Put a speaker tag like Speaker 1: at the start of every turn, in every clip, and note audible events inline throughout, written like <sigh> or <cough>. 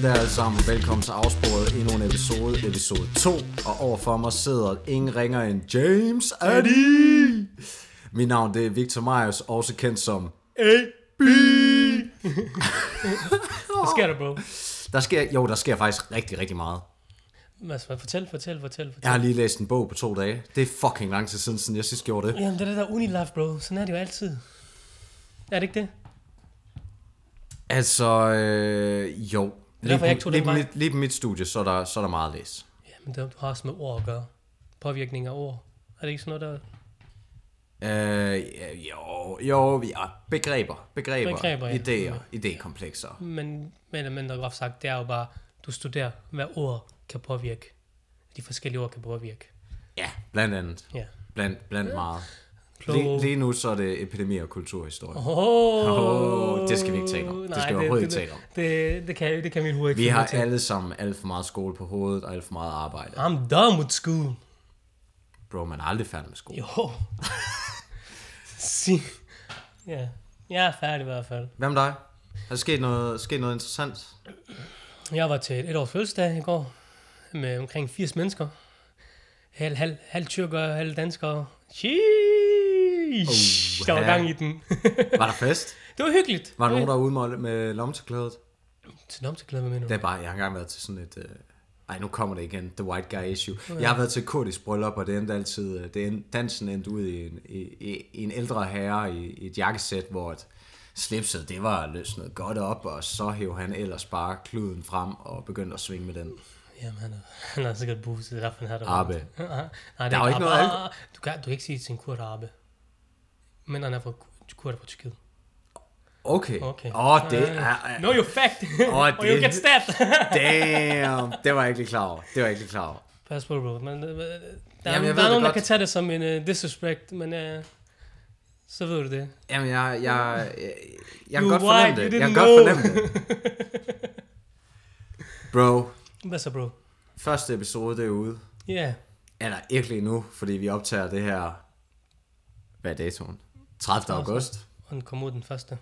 Speaker 1: Hvad alle sammen, velkommen til afsporet endnu en episode, episode 2. Og overfor mig sidder ingen ringer end James Addy. Mit navn det er Victor Marius, også kendt som
Speaker 2: AB. Hvad sker der, bro?
Speaker 1: Der sker, jo, der sker faktisk rigtig, rigtig meget.
Speaker 2: Mads, hvad- fortæl, fortæl, fortæl. fortæl.
Speaker 1: Jeg har lige læst en bog på to dage. Det er fucking lang tid siden, siden jeg sidst gjorde det.
Speaker 2: Jamen, det er det der unilife, bro. Sådan er det jo altid. Er det ikke det?
Speaker 1: Altså, øh, jo. Lige,
Speaker 2: derfor, jeg
Speaker 1: på-
Speaker 2: ikke tog den
Speaker 1: lige, på
Speaker 2: vej.
Speaker 1: mit, lige på mit studie, så er der, så er der meget at læse.
Speaker 2: Jamen, det har også med ord at gøre. Påvirkning af ord. Er det ikke sådan noget, der...
Speaker 1: Øh, jo, jo, ja, begreber, begreber,
Speaker 2: Begreber,
Speaker 1: begreber
Speaker 2: ja.
Speaker 1: ja. idéer, idékomplekser.
Speaker 2: Men, men eller mindre groft sagt, det er jo bare, du studerer, hvad ord kan påvirke. De forskellige ord kan påvirke.
Speaker 1: Ja, blandt andet.
Speaker 2: Ja.
Speaker 1: Blandt, blandt meget.
Speaker 2: Kloge
Speaker 1: Lige,
Speaker 2: ord.
Speaker 1: lige nu så er det epidemi og kulturhistorie.
Speaker 2: Åh,
Speaker 1: Åh, det skal vi ikke tale om. Det skal vi overhovedet
Speaker 2: det,
Speaker 1: ikke tale om.
Speaker 2: Det, det, det, kan, det kan min hoved ikke
Speaker 1: Vi
Speaker 2: finde
Speaker 1: har
Speaker 2: til.
Speaker 1: alle sammen alt for meget skole på hovedet og alt for meget arbejde.
Speaker 2: I'm done with school.
Speaker 1: Bro, man er aldrig færdig med skole.
Speaker 2: Jo. <laughs> Sig. Ja. Jeg er færdig i hvert fald.
Speaker 1: Hvad med dig? Er der sket noget, sket noget interessant?
Speaker 2: Jeg var til et års fødselsdag i går med omkring 80 mennesker. Halv, halv, halv tyrker, halv danskere. Sheesh,
Speaker 1: Uh,
Speaker 2: der var
Speaker 1: ja.
Speaker 2: gang i den. <laughs>
Speaker 1: Var der fest?
Speaker 2: det var hyggeligt.
Speaker 1: Var der nogen, der var ude med, med lomteklædet?
Speaker 2: Til nomteklæder, hvad mener
Speaker 1: Det
Speaker 2: du?
Speaker 1: er bare, jeg har engang været til sådan et... Øh... Ej, nu kommer det igen, the white guy issue. Jeg har været til kurdisk bryllup, og det endte altid... øh, Det endte, dansen endte ud i en, i, i- i en ældre herre i, i et jakkesæt, hvor et slipset, det var løsnet godt op, og så hæv han ellers bare kluden frem og begyndte at svinge med den.
Speaker 2: Jamen, han er, øh, han er sikkert buset, det er derfor, han har det.
Speaker 1: Arbe.
Speaker 2: <laughs> Nej, det er
Speaker 1: Der er jo ikke
Speaker 2: Arbe.
Speaker 1: noget
Speaker 2: Ah, Du kan, du kan ikke sige til en kurd arbe. Men han er fra kurd fra Tyrkiet.
Speaker 1: Okay.
Speaker 2: Okay.
Speaker 1: Åh, oh, det
Speaker 2: Øh,
Speaker 1: er...
Speaker 2: Know your fact. <laughs>
Speaker 1: Åh,
Speaker 2: Or you
Speaker 1: det-
Speaker 2: get <laughs> stabbed.
Speaker 1: Damn! Det var jeg ikke lige klar over. Det var jeg ikke lige klar over.
Speaker 2: Pas på, bro. Men, øh, øh, der,
Speaker 1: jeg
Speaker 2: Jamen,
Speaker 1: ved det
Speaker 2: der er nogen, der
Speaker 1: godt.
Speaker 2: kan tage det som en uh, disrespect, men uh, så ved du det.
Speaker 1: Jamen, jeg... Jeg, jeg, jeg kan
Speaker 2: You
Speaker 1: godt
Speaker 2: white,
Speaker 1: fornemme
Speaker 2: you
Speaker 1: det. Jeg kan
Speaker 2: didn't
Speaker 1: godt
Speaker 2: know.
Speaker 1: fornemme det.
Speaker 2: <laughs>
Speaker 1: Bro,
Speaker 2: Hvad så, bro?
Speaker 1: første episode derude.
Speaker 2: Ja, yeah.
Speaker 1: Eller ikke lige nu, fordi vi optager det her... Hvad er datoen? 30. august.
Speaker 2: og den kom ud den
Speaker 1: <laughs>
Speaker 2: første.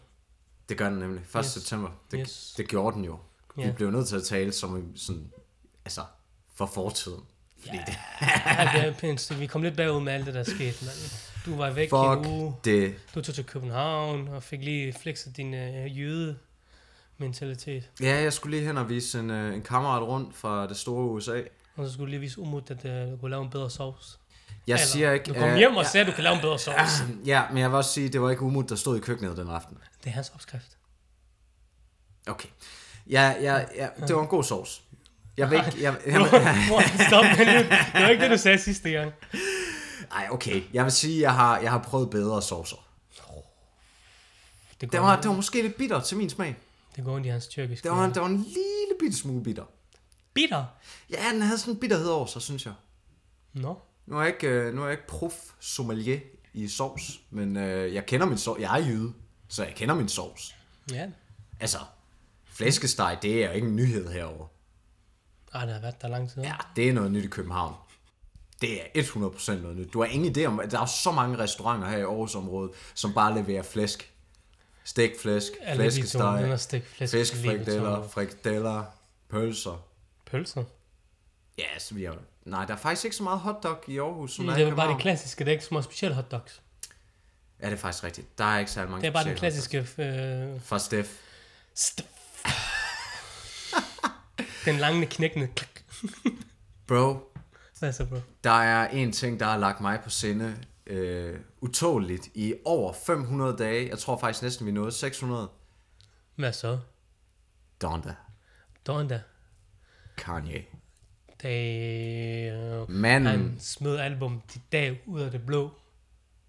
Speaker 1: Det gør den nemlig. 1. Yes.
Speaker 2: Yes.
Speaker 1: september. Det,
Speaker 2: Yes.
Speaker 1: det gjorde den jo. Vi
Speaker 2: Ja.
Speaker 1: blev nødt til at tale som en- sådan... Altså, for fortiden. Fordi det,
Speaker 2: Ej, det er pænt. så Vi kom lidt bagud med alt det, der skete, mand. Du var væk i en uge.
Speaker 1: fuck det.
Speaker 2: Du tog til København og fik lige flexet din uh, jøde mentalitet.
Speaker 1: Ja, jeg skulle lige hen og vise en, øh, en kammerat rundt fra det store USA.
Speaker 2: Og så skulle du lige vise umut, at uh, du kunne lave en bedre sovs.
Speaker 1: Jeg
Speaker 2: Eller,
Speaker 1: siger ikke...
Speaker 2: Du kom
Speaker 1: øh,
Speaker 2: hjem og sagde, at du kan lave en bedre sovs.
Speaker 1: Ja, <clears throat> men jeg vil også sige, det var ikke Umut, der stod i køkkenet den aften.
Speaker 2: Det er hans
Speaker 1: <laughs>
Speaker 2: opskrift.
Speaker 1: Okay. Ja, ja, ja, det var en god sovs. Jeg vil ikke...
Speaker 2: <laughs>
Speaker 1: Jeg, jeg, <laughs>
Speaker 2: Mor, Stop med det. Det var ikke det, du sagde sidste gang.
Speaker 1: Ej, okay. Jeg vil sige, jeg har, jeg har prøvet bedre sovser. Det
Speaker 2: går
Speaker 1: var, det var måske lidt bitter til min smag.
Speaker 2: Det går ind i hans tyrkiske.
Speaker 1: Det var, det var en lille bitte smule bitter.
Speaker 2: bitter.
Speaker 1: Ja, den havde sådan en bitterhed over sig, synes jeg.
Speaker 2: Nå.
Speaker 1: Nu er jeg ikke, øh, nu er jeg ikke prof sommelier i sovs, men øh, jeg kender min sovs. Jeg er jyde, så jeg kender min sovs.
Speaker 2: Ja.
Speaker 1: Altså, flæskesteg, det er jo ikke en nyhed herover.
Speaker 2: Ej, det har været der lang tid.
Speaker 1: Ja, det er noget nyt i København. Det er 100% noget nyt. Du har ingen idé om, at der er så mange restauranter her i Aarhusområdet, som bare leverer flæsk. Stegt flæsk,
Speaker 2: Alle de to, den er
Speaker 1: flæskesteg,
Speaker 2: stik flæsk.
Speaker 1: fiskfrikadeller, frikadeller, pølser.
Speaker 2: Pølser.
Speaker 1: Ja, så vi har... Nej, der er faktisk ikke så meget hotdog i Aarhus, som der
Speaker 2: Nej,
Speaker 1: er
Speaker 2: det
Speaker 1: i
Speaker 2: er bare de
Speaker 1: København.
Speaker 2: klassiske, det er ikke så meget specielle hotdogs.
Speaker 1: Ja, det er faktisk rigtigt. Der er ikke særlig mange
Speaker 2: Det er bare den
Speaker 1: specielle
Speaker 2: klassiske, øh,
Speaker 1: hotdogs. Fra Steff.
Speaker 2: st- den lange knækkende. klik.
Speaker 1: Bro,
Speaker 2: Hvad så, bro?
Speaker 1: der er en ting, der har lagt mig på sinde øh, utåligt i over 500 dage. Jeg tror faktisk næsten, vi nåede 600.
Speaker 2: Hvad så?
Speaker 1: Donda.
Speaker 2: Donda.
Speaker 1: Kanye.
Speaker 2: Det,
Speaker 1: Manden,
Speaker 2: han smed album de dag ud af det blå.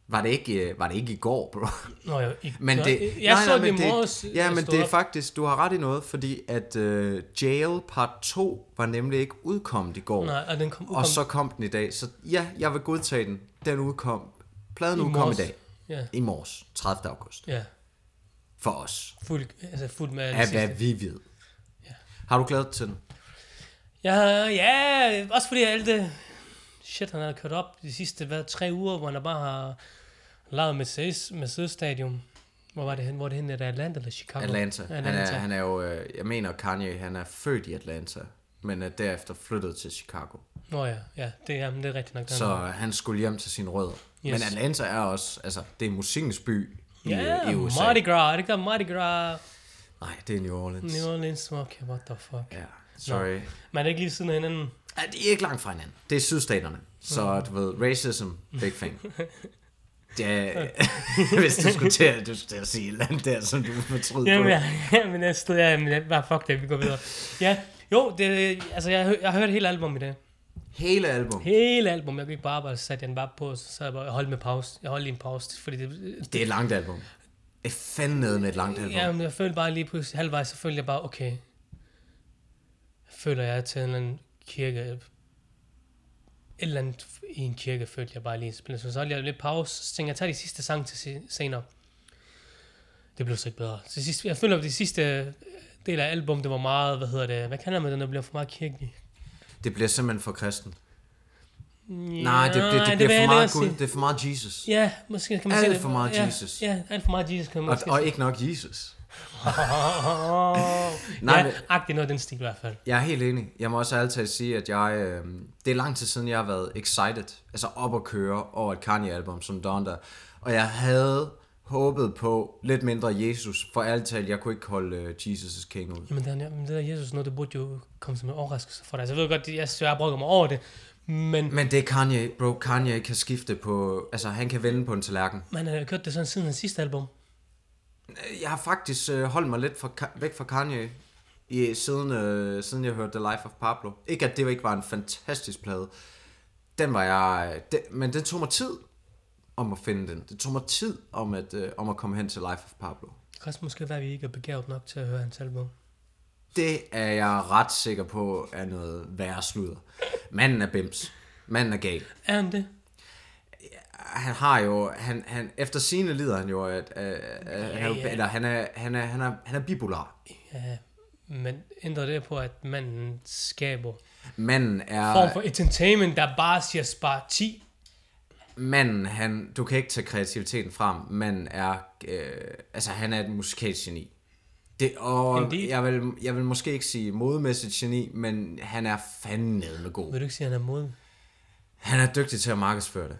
Speaker 1: var det, ikke, øh, var det ikke i går, bro? <laughs>
Speaker 2: Nå, jeg, i,
Speaker 1: Men det,
Speaker 2: jeg, jeg så det i morges.
Speaker 1: Ja,
Speaker 2: jeg
Speaker 1: men
Speaker 2: stod
Speaker 1: det er
Speaker 2: op.
Speaker 1: faktisk, du har ret i noget, fordi at uh, Jail Part 2 var nemlig ikke udkommet i går,
Speaker 2: Nej, og den kom ud
Speaker 1: og så kom den i dag. Så ja, jeg vil godtage den. Den udkom, pladen udkom
Speaker 2: morges.
Speaker 1: i dag,
Speaker 2: Ja,
Speaker 1: i morges, 30. august,
Speaker 2: ja.
Speaker 1: for os.
Speaker 2: Fuld, altså fuld med alle
Speaker 1: Af hvad vi ved. Har du glædet dig til den?
Speaker 2: Ja, ja, også fordi alt det shit, han har kørt op de sidste hvad, tre uger, hvor han bare har lavet med Mercedes Stadium Hvor var det hen? Hvor er det hen? Er det Atlanta eller Chicago?
Speaker 1: Atlanta. Han er,
Speaker 2: Atlanta.
Speaker 1: han er jo, øh, jeg mener Kanye, han er født i Atlanta, men er derefter flyttet til Chicago.
Speaker 2: Nå ja, ja, det, jamen, det er rigtigt nok.
Speaker 1: Så han skulle hjem til sin rødder. Yes. Men Atlanta er også, altså, det er musikkens by i,
Speaker 2: Ja,
Speaker 1: yeah, i USA.
Speaker 2: Mardi Gras. Er det ikke der Mardi Gras?
Speaker 1: Nej, det er New Orleans.
Speaker 2: New Orleans. Okay, what the fuck.
Speaker 1: Ja, sorry.
Speaker 2: Man er ikke lige ved siden af hinanden.
Speaker 1: Ja, de er ikke langt fra hinanden. Det er sydstaterne. Så
Speaker 2: Mm.
Speaker 1: du ved, racism, big
Speaker 2: <laughs>
Speaker 1: thing. Ja, <laughs> hvis du skulle til, at- du skulle til at sige et eller andet der, som du fortryder
Speaker 2: Jamen,
Speaker 1: på.
Speaker 2: ja, <laughs> ja, men jeg stod, ja, men jeg, bare fuck det, vi går videre. Ja, jo, det, altså jeg, hø- jeg hørte hele album i dag.
Speaker 1: Hele album.
Speaker 2: Hele album. Jeg gik på arbejde, så satte jeg den bare på, så sad jeg bare og holdt med pause. Jeg holdt lige en pause, fordi det,
Speaker 1: Det er et langt album. Det er fandme med et langt album.
Speaker 2: Jamen, jeg følte bare lige pludselig halvvejs, så følte jeg bare, okay, føler jeg er til en eller anden kirke, et eller andet i en kirke, følte jeg bare lige spillet. Så så holdt jeg lidt pause, så tænkte jeg, jeg tager de sidste sang til se- senere. Det blev så ikke bedre. Så sidst, jeg føler, at de sidste øh, del af album, det var meget, hvad hedder det, hvad kalder man det, når det bliver for meget kirkelig?
Speaker 1: Det bliver simpelthen for kristen.
Speaker 2: Ja,
Speaker 1: Nej, det, det, det, det
Speaker 2: vil
Speaker 1: bliver for
Speaker 2: jeg lige
Speaker 1: meget
Speaker 2: også
Speaker 1: Gud.
Speaker 2: sige.
Speaker 1: Det er for meget Jesus.
Speaker 2: Ja, måske kan man
Speaker 1: Alt
Speaker 2: det.
Speaker 1: for meget
Speaker 2: ja,
Speaker 1: Jesus.
Speaker 2: Ja, alt for meget Jesus kan man
Speaker 1: Og,
Speaker 2: måske
Speaker 1: og ikke nok Jesus.
Speaker 2: Nej,
Speaker 1: <laughs> Nej,
Speaker 2: ja,
Speaker 1: men-
Speaker 2: agtigt noget af den stil i hvert fald.
Speaker 1: Jeg er helt enig. Jeg må også altid sige, at jeg, øh, det er lang tid siden, jeg har været excited, altså op at køre over et Kanye-album som Donda. Og jeg havde håbet på lidt mindre Jesus, for alt talt, jeg kunne ikke holde øh, Jesus is King ud.
Speaker 2: Jamen, det, er- men det der Jesus noget, det burde jo komme som en overraskelse for dig. Altså, jeg ved godt, det- jeg, jeg brokker mig over det, men
Speaker 1: Men det er Kanye, bro. Kanye kan skifte på, altså han kan vende på en tallerken.
Speaker 2: man har jo kørt det sådan siden hans sidste album.
Speaker 1: Jeg har faktisk øh, holdt mig lidt fra, Ka- væk fra Kanye, i, siden, øh, siden jeg hørte The Life of Pablo. Ikke at det ikke var en fantastisk plade. Den var jeg... øh, Den, men den tog mig tid om at finde den. Det tog mig tid om at, øh, om at komme hen til Life of Pablo.
Speaker 2: Det kan også måske være, at vi ikke er begavet nok til at høre hans album.
Speaker 1: Det er jeg ret sikker på er noget værre sludder. Manden er bims. Manden er gal.
Speaker 2: Er han det?
Speaker 1: han har jo, han, han, efter sine lider han jo, at, øh, øh, han, er jo-
Speaker 2: ja.
Speaker 1: eller han er, han er, han er, han er bipolar.
Speaker 2: Ja, men ændrer det på, at manden skaber
Speaker 1: Manden er...
Speaker 2: form for entertainment, der bare siger spar 10?
Speaker 1: manden, han, du kan ikke tage kreativiteten frem. Manden er, øh, altså han er et musikalsk geni. Det, og
Speaker 2: Indeed.
Speaker 1: jeg vil, jeg vil måske ikke sige modemæssigt geni, men han er fandme god.
Speaker 2: Vil du ikke sige, at han er moden?
Speaker 1: Han er dygtig til at markedsføre det.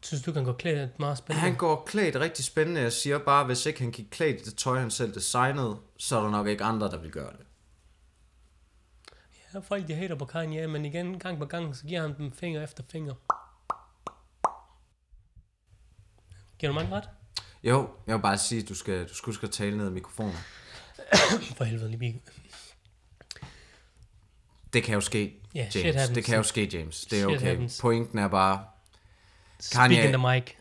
Speaker 2: Synes du, kan gå klæde et meget spændende?
Speaker 1: Han går klædt rigtig spændende. Jeg siger bare, hvis ikke han gik klædt i det tøj, han selv designede, så er der nok ikke andre, der vil gøre det.
Speaker 2: Ja, folk de hater på Kanye, men igen, gang på gang, så giver han dem finger efter finger. Giver du mig ikke ret?
Speaker 1: Jo, jeg vil bare sige, at du skal, du skal huske at tale ned i mikrofonen.
Speaker 2: For helvede, lige vi-
Speaker 1: Det kan jo ske,
Speaker 2: Ja, shit
Speaker 1: James.
Speaker 2: happens.
Speaker 1: Det kan jo ske, James. Det er
Speaker 2: Shit
Speaker 1: okay.
Speaker 2: happens.
Speaker 1: Pointen er bare,
Speaker 2: Kanye. Speak
Speaker 1: Kanye-
Speaker 2: in the mic.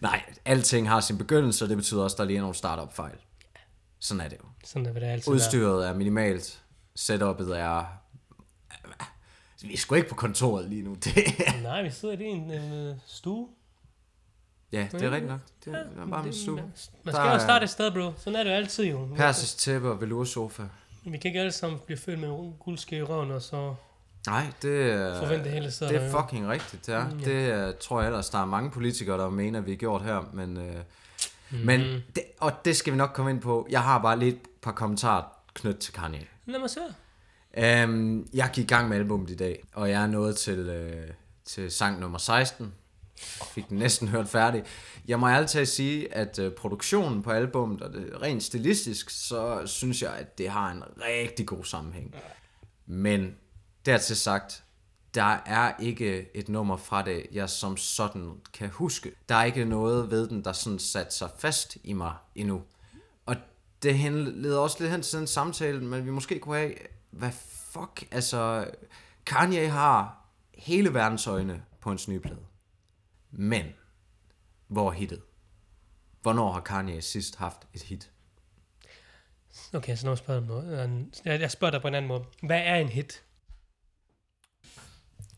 Speaker 1: Nej, alting har sin begyndelse, og det betyder også, at der lige er nogle startup-fejl. Sådan er det jo.
Speaker 2: Sådan der vil det altid være.
Speaker 1: Udstyret er minimalt. Setup'et er... Vi er sgu ikke på kontoret lige nu. <laughs> Det...
Speaker 2: Nej, vi sidder i en øh, stue.
Speaker 1: Ja, det er rigtigt nok. Det er bare en
Speaker 2: Det-
Speaker 1: stue.
Speaker 2: Man
Speaker 1: Der
Speaker 2: skal
Speaker 1: er-
Speaker 2: jo starte et sted, bro. Sådan er det jo altid jo.
Speaker 1: Persisk tæppe og velursofa.
Speaker 2: Vi kan ikke alle sammen blive født med guldske i røven, og så
Speaker 1: Nej, det er...
Speaker 2: forvente Øh, det hele sidder
Speaker 1: Det
Speaker 2: der jo.
Speaker 1: er fucking rigtigt, det er. Det uh, tror jeg ellers, der er mange politikere, der mener, vi har gjort her, men... Uh, mm. men det, og det skal vi nok komme ind på. Jeg har bare lige et par kommentarer knyttet til Kanye.
Speaker 2: Lad mig se.
Speaker 1: Um, jeg gik i gang med albumet i dag, og jeg er nået til, øh, til sang nummer 16. Fik den næsten hørt færdig. Jeg må altid sige, at øh, produktionen på albumet, og det, rent stilistisk, så synes jeg, at det har en rigtig god sammenhæng. Men dertil sagt, der er ikke et nummer fra det, jeg som sådan kan huske. Der er ikke noget ved den, der sådan sat sig fast i mig endnu. Og det hen- leder også lidt hen til den samtale, men vi måske kunne have, hvad fuck, altså Kanye har hele verdens øjne på hans nye plade. Men, hvor er hittet? Hvornår har Kanye sidst haft et hit?
Speaker 2: Okay, så nu spørger jeg dig om noget. Jeg jeg spørger dig på en anden måde. Hvad er en hit?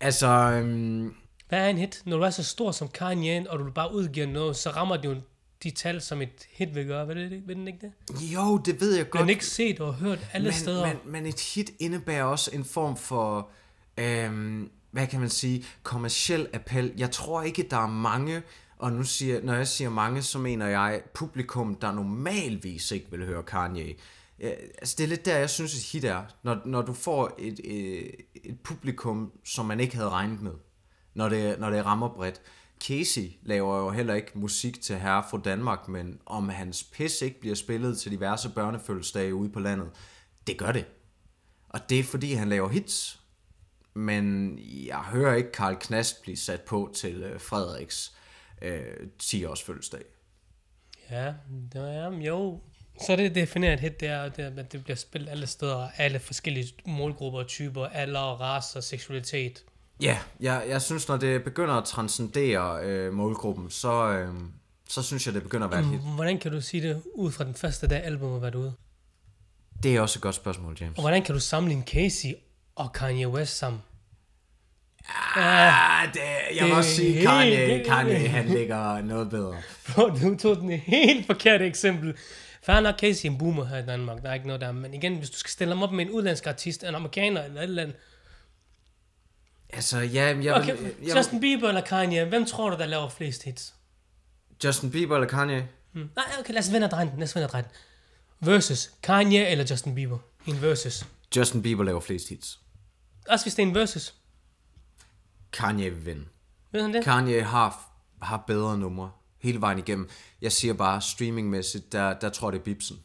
Speaker 1: Altså, øhm,
Speaker 2: Hvad er en hit? Når du er så stor som Kanye, og du bare udgiver noget, så rammer det jo de tal, som et hit vil gøre. Ved, det, ved den ikke det?
Speaker 1: jo, det ved jeg
Speaker 2: Bliver
Speaker 1: godt.
Speaker 2: den ikke set og hørt alle
Speaker 1: men,
Speaker 2: steder?
Speaker 1: Men, men et hit indebærer også en form for, øhm, hvad kan man sige, kommersiel appel. Jeg tror ikke, der er mange, Og nu siger, når jeg siger mange, så mener jeg publikum, der normalvis ikke vil høre Kanye. Ja, altså det er lidt der, jeg synes, et hit er, når, når du får et, et, et publikum, som man ikke havde regnet med, når det, når det rammer bredt. Casey laver jo heller ikke musik til herre fra Danmark, men om hans pis ikke bliver spillet til diverse børnefødselsdage ude på landet, det gør det. Og det er fordi, han laver hits. Men jeg hører ikke Karl Knast blive sat på til øh, Frederiks øh, 10-års fødselsdag.
Speaker 2: Ja, det er, jo. Så det definerer et hit, det er, det er, at det bliver spillet alle steder, alle forskellige målgrupper, typer, alder, race og seksualitet.
Speaker 1: Ja, jeg, jeg synes, når det begynder at transcendere øh, målgruppen, så, øh, så synes jeg, det begynder at være et hit.
Speaker 2: Hvordan kan du sige det ud fra den første dag, albumet har været ude?
Speaker 1: Det er også et godt spørgsmål, James.
Speaker 2: Og hvordan kan du sammenligne Casey og Kanye West sammen?
Speaker 1: Ah, det, jeg
Speaker 2: det
Speaker 1: må
Speaker 2: er
Speaker 1: også sige,
Speaker 2: helt-
Speaker 1: Kanye, Kanye han ligger noget bedre.
Speaker 2: Bro, du tog den helt forkerte eksempel. Fair nok, Casey er en boomer her i Danmark. Der er ikke noget der. Men igen, hvis du skal stille ham op med en udlandsk artist, en amerikaner eller et eller andet.
Speaker 1: Altså, ja, jeg, vil,
Speaker 2: Okay,
Speaker 1: jeg, jeg,
Speaker 2: Justin Bieber eller Kanye, hvem tror du, der laver flest hits?
Speaker 1: Justin Bieber eller Kanye?
Speaker 2: Hmm. Nej, okay, lad os vende drejen. Lad os vende drejen. Versus Kanye eller Justin Bieber. En versus.
Speaker 1: Justin Bieber laver flest hits.
Speaker 2: Også hvis det er en versus.
Speaker 1: Kanye vil vinde.
Speaker 2: Ved han det?
Speaker 1: Kanye har, har bedre numre hele vejen igennem. Jeg siger bare, streamingmæssigt, der, der tror jeg, det er Bibsen.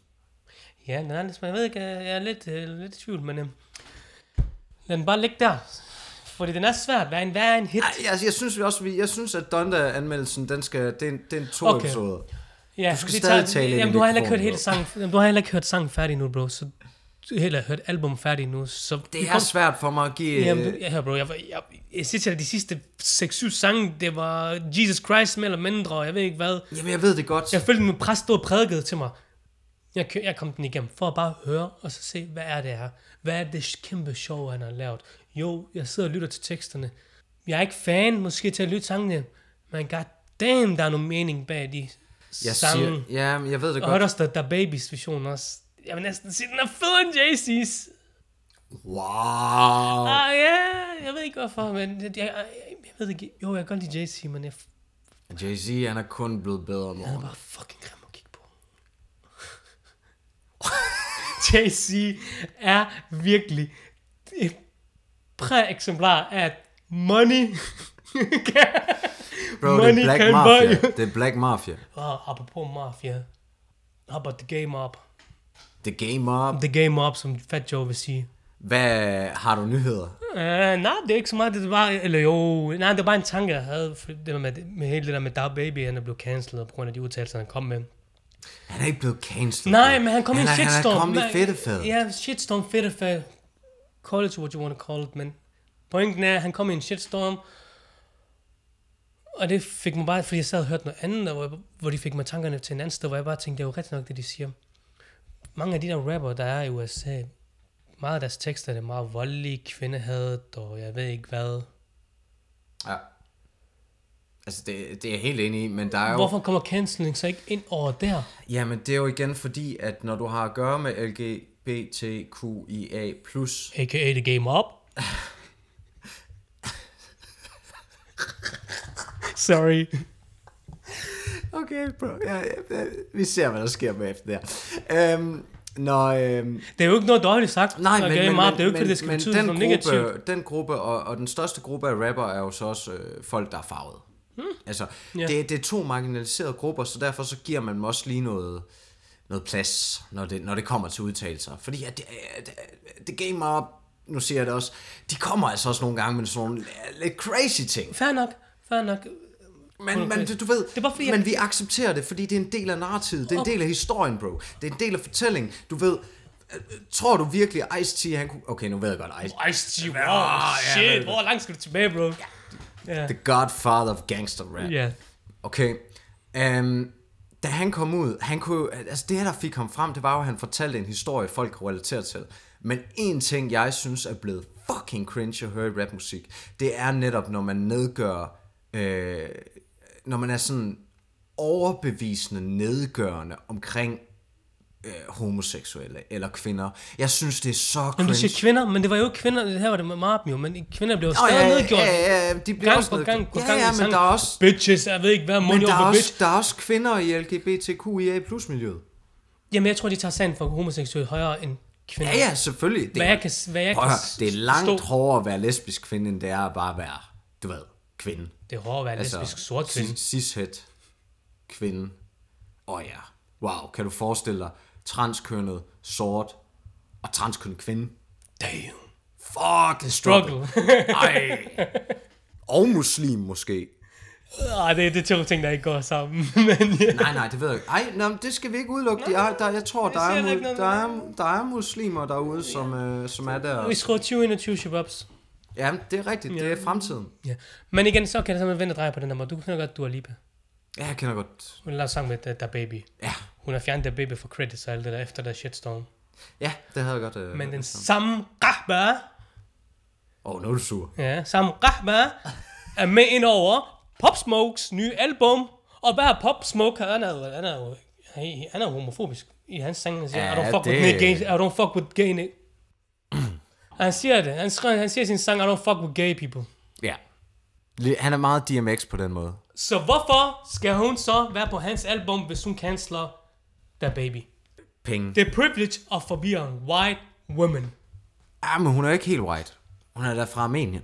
Speaker 2: Ja, den er lidt, jeg ved ikke, øh, jeg er lidt, øh, lidt i tvivl, men øh, lad den bare ligge der. Fordi den er svært. Hvad er en, hvad er en hit?
Speaker 1: Ej, altså, jeg, jeg synes vi også, vi, jeg synes, at Donda-anmeldelsen, den skal, det er en, det er en to okay.
Speaker 2: Okay.
Speaker 1: episode.
Speaker 2: Ja,
Speaker 1: Du skal
Speaker 2: vi
Speaker 1: stadig tale ind i
Speaker 2: jamen, du har heller ikke hørt
Speaker 1: mikrofonen,
Speaker 2: hele
Speaker 1: bro.
Speaker 2: sangen, jamen, du har heller ikke hørt sangen færdig nu, bro. Så du har heller ikke hørt album færdig nu. Så vi
Speaker 1: Det er
Speaker 2: kom-
Speaker 1: svært for mig at give...
Speaker 2: Jamen, du,
Speaker 1: øh,
Speaker 2: ja, bro, jeg, var- jeg, jeg, siger til dig, de sidste 6-7 sange, det var Jesus Christ mere eller mindre, og jeg ved ikke hvad.
Speaker 1: jamen, jeg ved det godt.
Speaker 2: Jeg følte, at min præst stod og prædikede til mig. Jeg, kø- jeg kom den igennem for at bare høre og så se, hvad er det her? Hvad er det kæmpe show, han har lavet? Jo, jeg sidder og lytter til teksterne. Jeg er ikke fan måske til at lytte sangene, men god damn, der er noget mening bag de
Speaker 1: jeg
Speaker 2: sange.
Speaker 1: siger, ja, jeg ved det
Speaker 2: Og hørte
Speaker 1: godt.
Speaker 2: også, der, der er Babies vision også. Jeg vil næsten sige, den er federe end Jay-Z's.
Speaker 1: Wow.
Speaker 2: Ah ja, jeg ved ikke hvorfor, men jeg, jeg, jeg, jeg ved ikke. Jo, jeg kan godt lide Jay-Z, men jeg, f-
Speaker 1: Jay-Z, han er kun blevet bedre om
Speaker 2: han er
Speaker 1: årene.
Speaker 2: bare fucking grim at kigge på. <laughs> Jay-Z er virkelig et præ-eksemplar af at money.
Speaker 1: <laughs> Bro, det er
Speaker 2: Money
Speaker 1: Black
Speaker 2: can
Speaker 1: Mafia.
Speaker 2: buy you.
Speaker 1: Det er Black Mafia.
Speaker 2: Og apropos mafia. How about the game up?
Speaker 1: The Game Up.
Speaker 2: The game up, som Fat Joe vil sige.
Speaker 1: Hvad har du nyheder?
Speaker 2: Uh, nej, det er ikke så meget, det var, eller jo, nej, det var bare en tanke, jeg havde, for det der med, med hele det der med Dar Baby, han er blevet cancelled på grund af de udtalelser, han kom med.
Speaker 1: Han er ikke blevet cancelled.
Speaker 2: Nej, men han kom i en
Speaker 1: er-
Speaker 2: shitstorm.
Speaker 1: Han er kommet
Speaker 2: Man-
Speaker 1: i fedtefad.
Speaker 2: Ja, shitstorm, fedtefad. Call it what you want to call it, men pointen er, at han kom i en shitstorm, og det fik mig bare, fordi jeg sad og hørte noget andet, og hvor, jeg, hvor de fik mig tankerne til en anden sted, hvor jeg bare tænkte, det er jo ret nok, det de siger. Mange af de der rapper, der er i USA, meget af deres tekster det er meget voldelige, kvindehadet, og jeg ved ikke hvad.
Speaker 1: ja. Altså, det, det er jeg helt enig i, men der er jo...
Speaker 2: Hvorfor kommer canceling så ikke ind over der?
Speaker 1: Jamen, det er jo igen fordi, at når du har at gøre med LGBTQIA+,
Speaker 2: A.k.a. The Game Up. Sorry.
Speaker 1: Okay, bro. Ja, ja, vi ser, hvad der sker med efter det her. Øhm, når, øhm,
Speaker 2: Det er jo ikke noget dårligt sagt.
Speaker 1: nej,
Speaker 2: The
Speaker 1: men,
Speaker 2: Game
Speaker 1: men,
Speaker 2: Up.
Speaker 1: men,
Speaker 2: Det er jo ikke,
Speaker 1: men,
Speaker 2: fordi det skal
Speaker 1: men
Speaker 2: betyde
Speaker 1: den,
Speaker 2: noget negativt.
Speaker 1: gruppe, den gruppe, og, og den største gruppe af rapper, er jo så også øh, folk, der er farvet. Hmm. Altså,
Speaker 2: Ja.
Speaker 1: yeah. det, det er to marginaliserede grupper, så derfor så giver man dem også lige noget, noget plads, når det, når det kommer til udtalelser. Fordi at det, at- at- det game up, nu siger jeg det også, de kommer altså også nogle gange med sådan nogle øh, lidt crazy ting.
Speaker 2: Fair nok. Fair nok.
Speaker 1: Men, men du ved,
Speaker 2: Det er bare fordi,
Speaker 1: men
Speaker 2: jeg-
Speaker 1: vi accepterer det, fordi det er en del af narrativet, det er en del af historien, bro. Det er en del af fortællingen. Du ved, øh, tror du virkelig, Ice-T, han kunne... Okay, nu ved jeg godt, Ice
Speaker 2: Ice-T, wow,
Speaker 1: Ah,
Speaker 2: shit. Hvor langt skal du tilbage, bro? Ja.
Speaker 1: The Godfather of Gangster Rap.
Speaker 2: Ja.
Speaker 1: Okay. Um, da han kom ud, han kunne, jo- altså det der fik ham frem, det var jo, at han fortalte en historie, folk kunne relatere til. Men en ting, jeg synes er blevet fucking cringe at høre i rapmusik, det er netop, når man nedgør, øh, når man er sådan overbevisende nedgørende omkring øh, homoseksuelle eller kvinder. Jeg synes, det er så
Speaker 2: Men du
Speaker 1: cringe.
Speaker 2: siger kvinder, men det var jo ikke kvinder, det her var det med Marben jo, men kvinder blev jo
Speaker 1: Nå,
Speaker 2: stadig
Speaker 1: ja,
Speaker 2: nedgjort.
Speaker 1: Ja, ja, de bliver
Speaker 2: Gang
Speaker 1: også
Speaker 2: på gang på
Speaker 1: nedgjort.
Speaker 2: gang
Speaker 1: Ja,
Speaker 2: i
Speaker 1: ja, men
Speaker 2: sangen.
Speaker 1: der er også,
Speaker 2: Bitches, jeg ved ikke, hvad
Speaker 1: men
Speaker 2: mund
Speaker 1: der er
Speaker 2: over bitch.
Speaker 1: også, der er også kvinder i LGBTQIA plus miljøet.
Speaker 2: Jamen, jeg tror, de tager sagen for homoseksuelle højere end kvinder.
Speaker 1: Ja, ja, selvfølgelig. Det,
Speaker 2: Hvad jeg kan, hvad jeg
Speaker 1: prøv at
Speaker 2: kan
Speaker 1: høre, det er langt
Speaker 2: forstå-
Speaker 1: hårdere at være lesbisk kvinde, end det er at bare være, du ved, kvinde.
Speaker 2: Det er hårdt at være
Speaker 1: Altså,
Speaker 2: lesbisk sort kvinde.
Speaker 1: si- Cishet kvinde. Åh oh, ja. Wow, kan du forestille dig transkønnet sort og transkønnet kvinde?
Speaker 2: Damn.
Speaker 1: Fuck, det struggle. Ej. Og muslim måske.
Speaker 2: <laughs> Ej, det, det er to ting, der ikke går sammen. <laughs> men ja.
Speaker 1: Nej, nej, det ved jeg ikke. Ej, nå, men det skal vi ikke udelukke. Jeg, der, jeg tror, der er,
Speaker 2: siger ikke
Speaker 1: mu-
Speaker 2: noget
Speaker 1: der, er, der er muslimer derude, som, øh, som er
Speaker 2: Vi
Speaker 1: der.
Speaker 2: skruer 20 ind og 20 shababs.
Speaker 1: Ja, det er rigtigt. Det er fremtiden.
Speaker 2: Ja. Men igen, så kan det simpelthen vende og dreje på den der måde. Du kender godt Dua Lipa.
Speaker 1: Ja, jeg kender godt.
Speaker 2: Hun lavede sang med Da, da Baby.
Speaker 1: Ja,
Speaker 2: Hun har fjernet Da Baby for credits og alt det der efter der shitstorm.
Speaker 1: ja det havde jeg godt. Øh,
Speaker 2: Men den
Speaker 1: vidst om.
Speaker 2: samme rahba,
Speaker 1: Åh, oh, nu er du sur.
Speaker 2: ja, samme rahba, er med ind over Pop Smokes nye album. Og hvad er Pop Smoke? Han er, jo- han er, jo- han- han er jo homofobisk i hans sang. Han siger,
Speaker 1: Ja,
Speaker 2: I don't fuck
Speaker 1: det-
Speaker 2: with gay, gays. I don't fuck with gay. ni-" <clears throat> han siger det. Han, skriver, han siger i sin sang, I don't fuck with gay people.
Speaker 1: Ja. Lidt- Han er meget DMX på den måde.
Speaker 2: Så hvorfor skal hun så være på hans album, hvis hun canceler Da Baby?
Speaker 1: Penge.
Speaker 2: Det er privilege at forvirre en white woman.
Speaker 1: Ja, men hun er jo ikke helt white. Hun er der fra Armenien.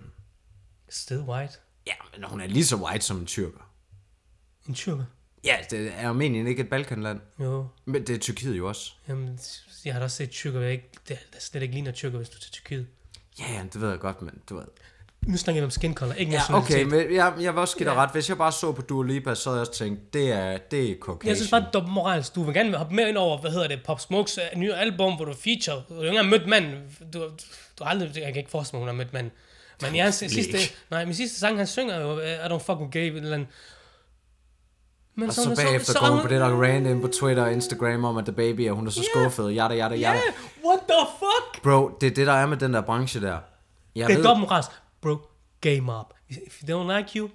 Speaker 2: Still white.
Speaker 1: Ja, men hun er lige så white som en tyrker.
Speaker 2: En tyrker.
Speaker 1: Ja, det er Armenien ikke et balkanland.
Speaker 2: Jo,
Speaker 1: Men det er Tyrkiet jo også.
Speaker 2: jamen, jeg har da også set tyrker, jeg ikke, det, der slet ikke ligner tyrker, hvis du tager Tyrkiet.
Speaker 1: Ja, ja, det ved jeg godt, men du ved.
Speaker 2: Nu snakker vi om skin color, ikke
Speaker 1: Ja,
Speaker 2: nationalitet.
Speaker 1: okay, men jeg, jeg vil også give dig ret. Hvis jeg bare så på Dua Lipa, så havde jeg også tænkt, det er, det er Caucasian.
Speaker 2: Jeg synes bare, Dob Morals, du vil gerne hoppe mere ind over, hvad hedder det, Pop Smokes øh, nye album, hvor du er feature. Du har ikke engang mødt manden. Du, du har aldrig, jeg kan ikke forestille mig, hun har mødt manden. Men i hans sidste,
Speaker 1: ikke.
Speaker 2: nej, min sidste sang, han synger jo, øh, I don't fuck with gay, eller andet. Men
Speaker 1: og så,
Speaker 2: hun-
Speaker 1: bagefter
Speaker 2: så
Speaker 1: går hun
Speaker 2: hun-
Speaker 1: på det der random på Twitter og Instagram om, at The Baby, og hun er så
Speaker 2: Ja.
Speaker 1: skuffet, yada, yada, yada.
Speaker 2: Yeah, what the fuck?
Speaker 1: Bro, det er det, der er med den der branche der. Jeg
Speaker 2: Det er
Speaker 1: ved,
Speaker 2: dobbelt morals. Bro, gay mob. If they don't like you,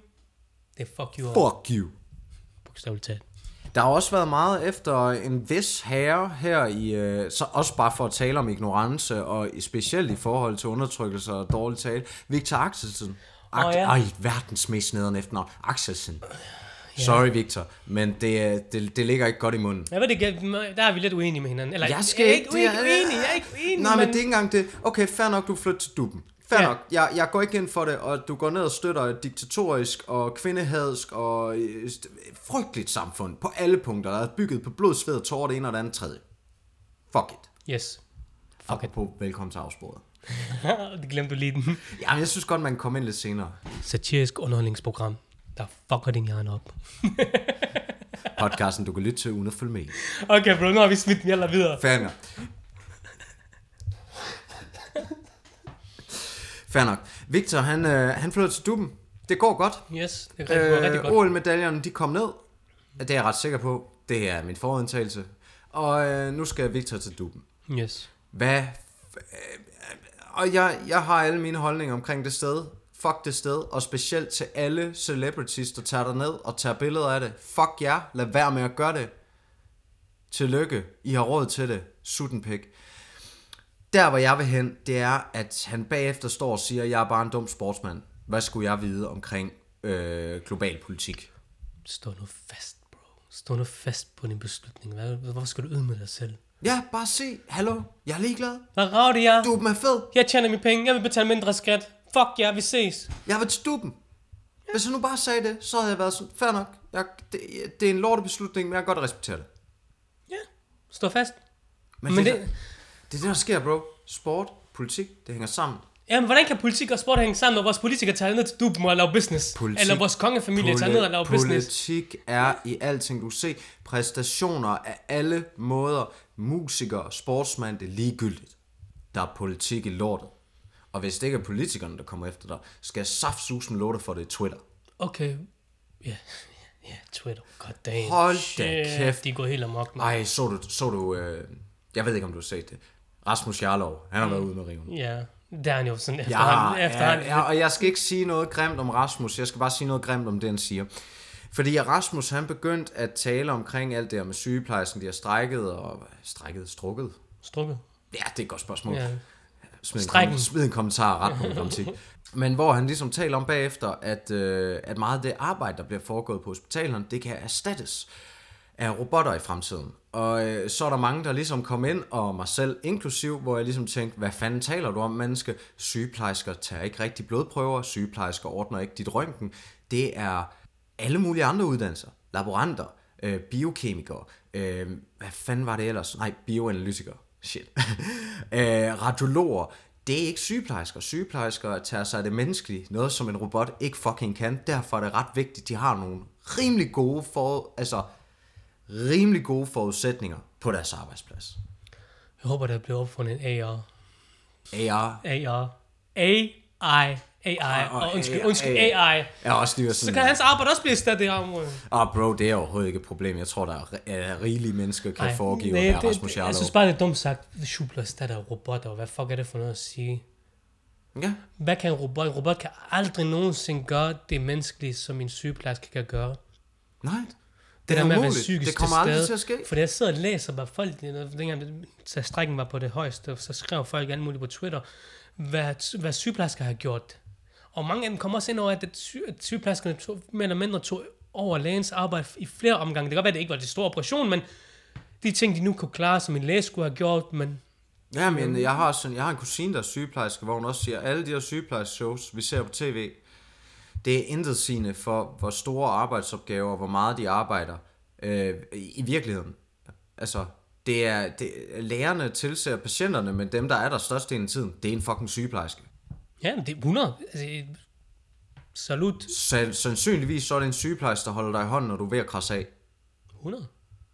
Speaker 2: they fuck you up.
Speaker 1: fuck you.
Speaker 2: Bogstaveligt talt.
Speaker 1: Der har også været meget efter en vis herre her i, øh, så også bare for at tale om ignorance, og i- specielt i forhold til undertrykkelse og dårlig tale, Victor Axelsen. Ak-
Speaker 2: Åh,
Speaker 1: oh,
Speaker 2: ja.
Speaker 1: ja. Ej, verdens mest nederen efternavn. Axelsen. Sorry, Victor, men det, er- det, det ligger ikke godt i munden.
Speaker 2: Jeg ved det ikke, der er vi lidt uenige med hinanden. Eller,
Speaker 1: Jeg skal
Speaker 2: jeg er
Speaker 1: ikke-
Speaker 2: ikke uenig,
Speaker 1: det er-
Speaker 2: uenig, jeg er ikke uenig,
Speaker 1: Nej, men det er ikke engang det. Okay, fair nok, du flytter til duppen. Fair
Speaker 2: Ja.
Speaker 1: ja. nok. Jeg, jeg går ikke ind for det, og du går ned og støtter et diktatorisk og kvindehadsk og øh, st- frygteligt samfund på alle punkter, der er bygget på blod, sved og tårer, det ene og det andet tredje. Fuck it.
Speaker 2: Yes. <laughs>
Speaker 1: Fuck it. På velkommen til afsporet.
Speaker 2: det glemte du lige den.
Speaker 1: Jamen, jeg synes godt, man kan komme ind lidt senere.
Speaker 2: Satirisk underholdningsprogram, der fucker din hjerne op.
Speaker 1: Podcasten, du kan lytte til, uden at følge med. i.
Speaker 2: Okay, bro, nu har vi smidt den jælder videre.
Speaker 1: Fair nok. Fair nok. Victor, han, øh, han flytter til duppen. Det går godt.
Speaker 2: Yes, det er rigtig, øh, rigtig
Speaker 1: Øh,
Speaker 2: godt.
Speaker 1: OL-medaljerne, de kom ned. Det er jeg ret sikker på. Det er min forudindtagelse. Og øh, nu skal Victor til duben.
Speaker 2: Yes.
Speaker 1: Hvad? f- øh, Og jeg, jeg har alle mine holdninger omkring det sted. Fuck det sted. Og specielt til alle celebrities, der tager ned og tager billeder af det. Fuck jer. Lad være med at gøre det. Tillykke. I har råd til det. Sutten pik. Der, hvor jeg vil hen, det er, at han bagefter står og siger, at jeg er bare en dum sportsmand. Hvad skulle jeg vide omkring øh, global politik?
Speaker 2: Stå nu fast, bro. Stå nu fast på din beslutning. Hvad, hvorfor skal du ud med dig selv?
Speaker 1: Ja, bare se. Hallo, jeg er ligeglad.
Speaker 2: Hvad rager jeg?
Speaker 1: Du er fed.
Speaker 2: Jeg tjener mine penge, jeg vil betale mindre skat. Fuck jer, vi ses.
Speaker 1: Jeg var til stuben. Hvis han nu bare sagde det, så havde jeg været sådan, fair nok, jeg, det, det er en lortebeslutning, men jeg kan godt respektere det.
Speaker 2: Ja, stå fast.
Speaker 1: Men,
Speaker 2: Men
Speaker 1: men det,
Speaker 2: det-
Speaker 1: det, det er det, der sker, bro. Sport, politik, det hænger sammen.
Speaker 2: Jamen, hvordan kan politik og sport hænge sammen, når vores politikere tager ned til Duben og laver business?
Speaker 1: Politik-
Speaker 2: Eller vores kongefamilie tager ned og laver business?
Speaker 1: politik er i alting, du ser. Præstationer af alle måder. Musikere, sportsmand, det er ligegyldigt. Der er politik i lortet. Og hvis det ikke er politikerne, der kommer efter dig, skal jeg saft susen love dig for det i Twitter.
Speaker 2: Okay. Ja, <laughs> ja, Twitter. God damn.
Speaker 1: Hold da
Speaker 2: Shit,
Speaker 1: kæft.
Speaker 2: Øh, De går helt amok. mand.
Speaker 1: Ej, så du, så du øh, jeg ved ikke, om du har set det. Rasmus Jarlov, han har været ude med riven.
Speaker 2: Ja, der er han jo sådan
Speaker 1: Ja,
Speaker 2: efterhånden.
Speaker 1: ja,
Speaker 2: efterhånden.
Speaker 1: ja, og jeg skal ikke sige noget grimt om Rasmus, jeg skal bare sige noget grimt om det, han siger. Fordi Rasmus han begyndte at tale omkring alt det her med sygeplejersken, de har strækket og strækket, strukket.
Speaker 2: Strukket.
Speaker 1: Ja, det er et godt spørgsmål.
Speaker 2: Ja.
Speaker 1: Ja. Smid, en,
Speaker 2: Strækken.
Speaker 1: kom- smid en kommentar og ret på
Speaker 2: <laughs>
Speaker 1: politik. Men hvor han ligesom taler om bagefter, at, øh, at meget af det arbejde, der bliver foregået på hospitalerne, det kan erstattes af robotter i fremtiden. Og øh, så er der mange, der ligesom kom ind, og mig selv inklusiv, hvor jeg ligesom tænkte, hvad fanden taler du om, menneske? Sygeplejersker tager ikke rigtig blodprøver, sygeplejersker ordner ikke dit røntgen. Det er alle mulige andre uddannelser. Laboranter, øh, biokemikere, øh, hvad fanden var det ellers? Nej, bioanalytikere. Shit. <laughs> øh, radiologer. Det er ikke sygeplejersker. Sygeplejersker tager sig af det menneskelige. Noget, som en robot ikke fucking kan. Derfor er det ret vigtigt, de har nogle rimelig gode for... Altså, rimelig gode forudsætninger på deres arbejdsplads.
Speaker 2: Jeg håber, der bliver opfundet en AR.
Speaker 1: AR
Speaker 2: AR. AI. AI.
Speaker 1: Og- Mm. og
Speaker 2: Og undskyld,
Speaker 1: AI.
Speaker 2: undskyld, AI.
Speaker 1: er også lige
Speaker 2: Så kan
Speaker 1: sådan,
Speaker 2: hans arbejde også blive erstattet i området.
Speaker 1: ah oh, bro, det er overhovedet ikke et problem. Jeg tror, der er ri- er rigelige mennesker, kan foregive at være Rasmus
Speaker 2: Jeg
Speaker 1: Jarlov.
Speaker 2: synes bare, det altså, er dumt sagt. Schubler erstatter robotter. Hvad fuck er det for noget at sige?
Speaker 1: Ja,
Speaker 2: Hvad kan en robot? En robot kan aldrig nogensinde gøre det menneskelige, som en sygeplejerske kan gøre.
Speaker 1: nej. Det,
Speaker 2: det
Speaker 1: er
Speaker 2: der med at være
Speaker 1: umuligt.
Speaker 2: psykisk
Speaker 1: Det kommer aldrig
Speaker 2: stede.
Speaker 1: til at ske.
Speaker 2: For jeg sidder og læser bare folk, det er noget- dengang så strækken var på det højeste, så skrev folk alt muligt på Twitter, hvad, hvad sygeplejersker har gjort. Og mange af dem kommer også ind over, at, det sy- at sygeplejerskerne tog, mere eller mindre tog over lægens arbejde i flere omgange. Det kan godt være, at det ikke var det store operation, men de ting, de nu kunne klare, som en læge skulle have gjort, men
Speaker 1: Ja, men jeg har, også sådan, jeg har en kusine, der er sygeplejerske, hvor hun også siger, at alle de her sygeplejerske-shows, vi ser på tv, det er intetsigende for, hvor store arbejdsopgaver, hvor meget de arbejder øh, i i virkeligheden. Altså, det er, det, lægerne tilser patienterne, men dem, der er der størstedelen af tiden, det er en fucking sygeplejerske.
Speaker 2: ja, det er 100. Altså, salut,
Speaker 1: Så, sandsynligvis så er det en sygeplejerske, der holder dig i hånden, når du er ved at krasse af.
Speaker 2: 100.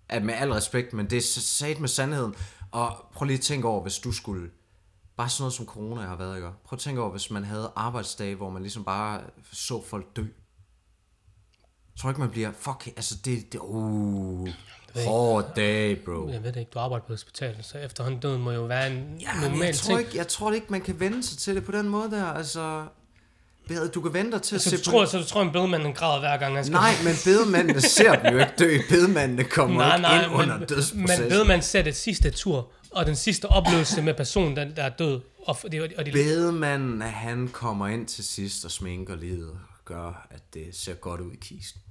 Speaker 1: at med al respekt, men det er sat med sandheden. Og prøv lige at tænke over, hvis du skulle... Bare sådan noget som corona har været, ikke? Prøv at tænke over, hvis man havde arbejdsdage, hvor man ligesom bare så folk dø. Tror ikke, man bliver... Fuck, altså det... det uh, hård dag, bro.
Speaker 2: Jeg ved det ikke, du arbejder på hospitalet, så efterhånden døden må jo være en ja,
Speaker 1: Jamen,
Speaker 2: normal
Speaker 1: jeg, tror
Speaker 2: ting.
Speaker 1: ikke, jeg tror ikke, man kan vende sig til det på den måde der. Altså, Bede, du kan vente dig til at
Speaker 2: Så
Speaker 1: se
Speaker 2: Altså, du
Speaker 1: på...
Speaker 2: tror, så du tror en bedemand han græder hver gang, han skal...
Speaker 1: Nej, men bedemændene ser dem jo ikke dø. Bedemændene kommer
Speaker 2: nej,
Speaker 1: ikke
Speaker 2: nej
Speaker 1: ind under
Speaker 2: men, men
Speaker 1: dødsprocessen.
Speaker 2: bedemand ser det sidste tur, og den sidste oplevelse med personen, der, der er død. Og, f- det, og de,
Speaker 1: Bedemanden, han kommer ind til sidst og sminker livet og gør, at det ser godt ud i kisten.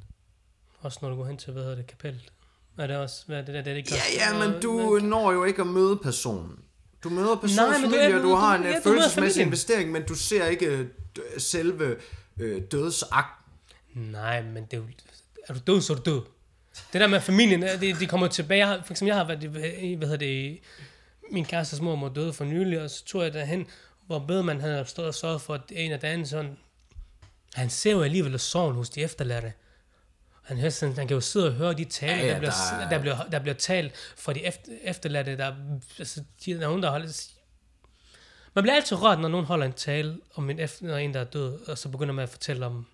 Speaker 2: også når du går hen til, hvad hedder det, kapellet. Er det også, hvad er det der, det er det
Speaker 1: Ja, ja, men du når jo ikke at møde personen. Du møder personens
Speaker 2: Nej, men du-
Speaker 1: familie,
Speaker 2: ja,
Speaker 1: og
Speaker 2: du-
Speaker 1: du har
Speaker 2: du-
Speaker 1: en
Speaker 2: ja,
Speaker 1: ja,
Speaker 2: du møder
Speaker 1: følelsesmæssig
Speaker 2: familien.
Speaker 1: investering, men du ser ikke øh, dø- selve øh, dødsakten.
Speaker 2: Nej, men det er jo, er du død, så er du død. Det der med familien, er- det, de kommer tilbage. Jeg har, for eksempel, jeg har været, i- i- hvad hedder det, i- min kærestes mor mor døde for nylig, og så tog jeg derhen, hvor bedemand han havde stået og sørget for, at en af dagen sådan, han ser jo alligevel sorgen hos de efterladte. Han, hører sådan, han kan jo sidde og høre de taler, ja,
Speaker 1: Ja,
Speaker 2: ja,
Speaker 1: ja,
Speaker 2: der, bliver,
Speaker 1: der
Speaker 2: der,
Speaker 1: er-
Speaker 2: der, bliver, der bliver talt for de efter, efterladte. Der, altså, de, der er nogen, der holder... Man bliver altid rørt, når nogen holder en tale om en, efter, når en, der er død, og så begynder man at fortælle om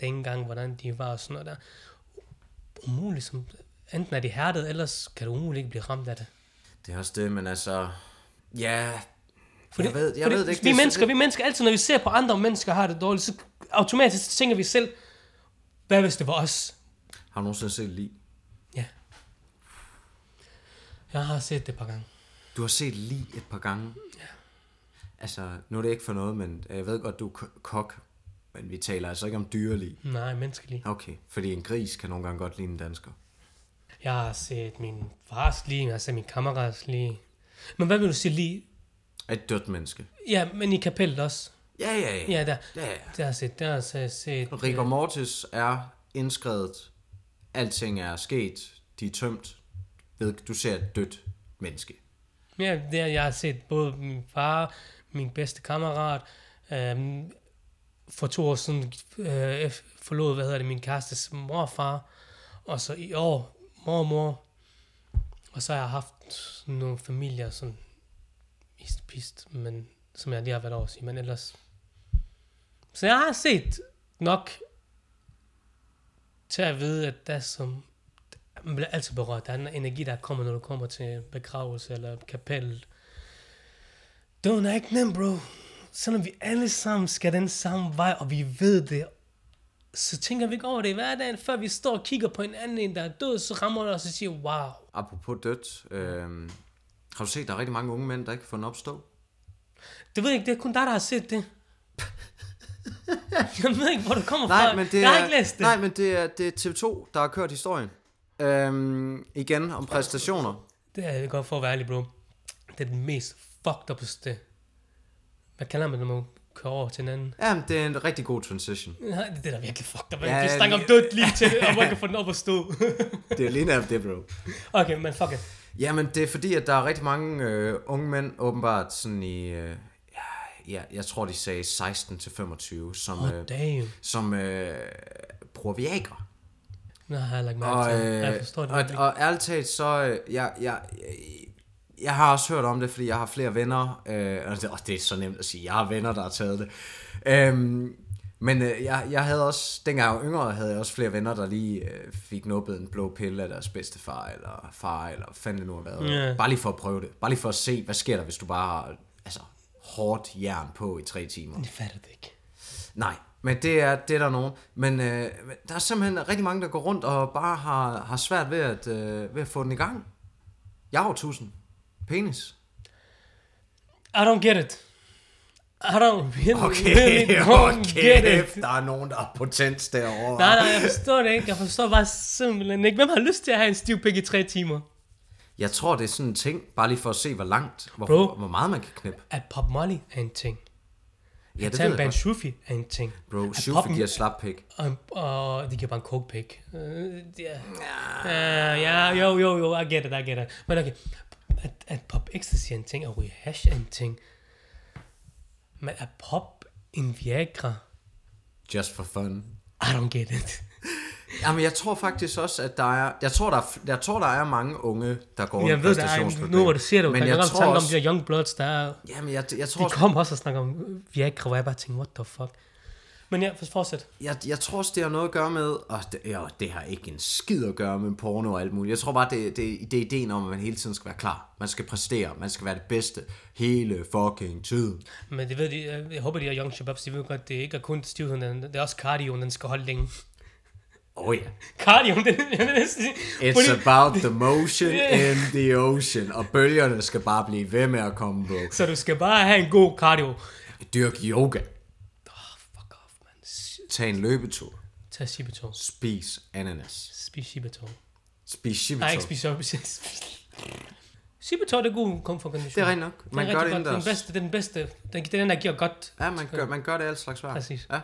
Speaker 2: dengang, hvordan de var og sådan noget der. Umuligt som... Enten er de hærdet, ellers kan du umuligt ikke blive ramt af det.
Speaker 1: Det er også det, men altså... Ja,
Speaker 2: Fordi,
Speaker 1: jeg ved, jeg
Speaker 2: fordi
Speaker 1: ved det ikke.
Speaker 2: Vi
Speaker 1: det er-
Speaker 2: mennesker, vi mennesker, altid når vi ser på andre mennesker har det dårligt, så automatisk så tænker vi selv, hvad hvis det var os?
Speaker 1: Har du nogensinde set lige?
Speaker 2: Ja. Jeg har set det et par gange.
Speaker 1: Du har set lige et par gange. Ja. Altså, nu er det ikke for noget, men øh, jeg ved godt, du er ko- kok, men vi taler altså ikke om dyrelig.
Speaker 2: Nej, menneskelig.
Speaker 1: Okay, fordi en gris kan nogle gange godt ligne en dansker.
Speaker 2: Jeg har set min fars lige, jeg har set min kammerats lige. Men hvad vil du sige lige?
Speaker 1: Et dødt menneske.
Speaker 2: Ja, men i kapellet også.
Speaker 1: Ja, ja, ja.
Speaker 2: Ja, der,
Speaker 1: ja, ja.
Speaker 2: der har jeg set, der har jeg set.
Speaker 1: Rigor mortis er indskrevet. Alting er sket. De er tømt. Ved, du ser et dødt menneske.
Speaker 2: Ja, det, er- jeg har set både min far, min bedste kammerat, øhm, for to år siden øh, f- forlod, hvad hedder det, min kærestes morfar, og så i år mormor, og så har jeg haft nogle familier, sådan mist pist, men som jeg lige har været over at sige, men ellers... Så jeg har set nok til at vide, at der er som man bliver altid berørt. Der er en energi, der kommer, når du kommer til begravelse eller kapel. Døden er ikke nem, bro. Selvom vi alle sammen skal den samme vej, og vi ved det, så tænker vi ikke over det i hverdagen, før vi står og kigger på en anden, en der er død, så rammer det os og siger, wow.
Speaker 1: Apropos dødt, øh, har du set, der er rigtig mange unge mænd, der ikke får den opstå?
Speaker 2: Det ved jeg ikke, det er kun dig, der har
Speaker 1: <laughs>
Speaker 2: set det. jeg ved ikke, hvor det kommer
Speaker 1: Nej,
Speaker 2: fra.
Speaker 1: men det
Speaker 2: jeg har
Speaker 1: er-
Speaker 2: ikke læst det.
Speaker 1: Nej, men det er, det er TV2, der har kørt historien. Øhm, igen om præstationer.
Speaker 2: Det er godt for at være ærlig, bro. Det er den mest fucked up det. Hvad kalder man, det, når man kører over til hinanden?
Speaker 1: Jamen, det er en rigtig god transition.
Speaker 2: Nej, det er da virkelig fucked up.
Speaker 1: Ja,
Speaker 2: Ja, vi snakker om
Speaker 1: lige-
Speaker 2: dødt lige til, og man kan få den op at
Speaker 1: <laughs>
Speaker 2: stå.
Speaker 1: Det er lige nærmest det, bro.
Speaker 2: okay, men fuck it.
Speaker 1: Jamen, det er fordi, at der er rigtig mange øh, unge mænd, åbenbart sådan i... Øh, ja, ja, jeg tror, de sagde 16-25, som,
Speaker 2: Oh,
Speaker 1: øh,
Speaker 2: damn.
Speaker 1: som øh, bruger Viagra.
Speaker 2: Nå, har jeg lagt mærke
Speaker 1: Og,
Speaker 2: til.
Speaker 1: øh,
Speaker 2: Ja, jeg forstår det.
Speaker 1: og,
Speaker 2: virkelig.
Speaker 1: og ærligt talt, så... øh, Jeg, jeg, jeg, jeg har også hørt om det, fordi jeg har flere venner. Øh, og det, åh, det er så nemt at sige, jeg har venner, der har taget det. Øhm, men øh, jeg, jeg havde også, dengang jeg var yngre, havde jeg også flere venner, der lige øh, fik nubbet en blå pille af deres bedstefar, eller far, eller hvad fanden det nu har været.
Speaker 2: Ja.
Speaker 1: Bare lige for at prøve det. Bare lige for at se, hvad sker der, hvis du bare har altså, hårdt jern på i tre timer.
Speaker 2: Jeg fatter det ikke.
Speaker 1: Nej, men det er, det er der nogen. Men øh, men der er simpelthen rigtig mange, der går rundt og bare har, har svært ved at, øh, ved at få den i gang. Jeg har jo tusind. Penis.
Speaker 2: I don't get it. I don't really,
Speaker 1: <laughs>
Speaker 2: really don't get
Speaker 1: okay.
Speaker 2: it.
Speaker 1: Der er nogen, der har potens derovre.
Speaker 2: Nej, nej, jeg forstår det ikke. Jeg forstår bare simpelthen ikke. Hvem har lyst til at have en stiv pik i tre timer?
Speaker 1: Jeg tror, det er sådan en ting, bare lige for at se, hvor langt, hvor,
Speaker 2: Bro.
Speaker 1: hvor meget man kan knippe.
Speaker 2: At Pop Molly er en ting.
Speaker 1: Ja, det
Speaker 2: Tag
Speaker 1: ved
Speaker 2: en
Speaker 1: jeg
Speaker 2: band
Speaker 1: godt.
Speaker 2: Shufi er en ting.
Speaker 1: Bro,
Speaker 2: At
Speaker 1: Shufi
Speaker 2: poppen-
Speaker 1: giver slap pik.
Speaker 2: Og, og Um, de giver bare en coke pick. Uh, yeah. uh, ja, jo, jo, jo, I get it, I get it. Men okay, at, at pop ecstasy er en ting, og ryge hash er en ting. Men at pop en Viagra,
Speaker 1: Just for fun.
Speaker 2: I don't get it.
Speaker 1: Jamen, jeg tror faktisk også, at der er... Jeg tror, der er, f- jeg tror, der er mange unge, der går
Speaker 2: Jeg ved, der er, nu hvor du siger det,
Speaker 1: men
Speaker 2: kan
Speaker 1: jeg,
Speaker 2: jeg godt
Speaker 1: tror
Speaker 2: tænke om
Speaker 1: også,
Speaker 2: de der young bloods, der er,
Speaker 1: Jamen, jeg, jeg tror
Speaker 2: de
Speaker 1: også,
Speaker 2: kom også og snakker om Viagra, hvor jeg bare tænker, what the fuck. Men ja, fortsæt.
Speaker 1: jeg, jeg tror også, det har noget at gøre med, og det, ja, det har ikke en skid at gøre med porno og alt muligt. Jeg tror bare, det, det, det er ideen om, at man hele tiden skal være klar. Man skal præstere, man skal være det bedste hele fucking tiden.
Speaker 2: Men det ved de, øh, jeg- jeg håber, de er young shababs, de ved godt, det ikke er kun stivheden, den- det er også cardioen, den skal holde længe. <laughs>
Speaker 1: Åh oh, ja. Yeah.
Speaker 2: Cardio, den, den, den,
Speaker 1: It's
Speaker 2: fordi,
Speaker 1: about the
Speaker 2: <laughs>
Speaker 1: motion in the ocean. Og bølgerne skal bare blive ved med at komme på.
Speaker 2: Så du skal bare have en god cardio.
Speaker 1: Dyrk yoga.
Speaker 2: Oh, fuck off, man. S-
Speaker 1: Tag en løbetur.
Speaker 2: Tag Sibetol.
Speaker 1: Spis ananas.
Speaker 2: Spis Sibetol.
Speaker 1: Spis
Speaker 2: Nej,
Speaker 1: shibitol.
Speaker 2: ikke spis <laughs> Sibetol. Sibetol er god komfortkondition.
Speaker 1: Det er rigtigt nok. Man
Speaker 2: er
Speaker 1: gør
Speaker 2: rigtig
Speaker 1: det
Speaker 2: godt. Den
Speaker 1: indendørs.
Speaker 2: bedste, den bedste. Den, det er den, der giver godt.
Speaker 1: Ja, man gør, man gør det alt slags vejr.
Speaker 2: Præcis.
Speaker 1: Ja.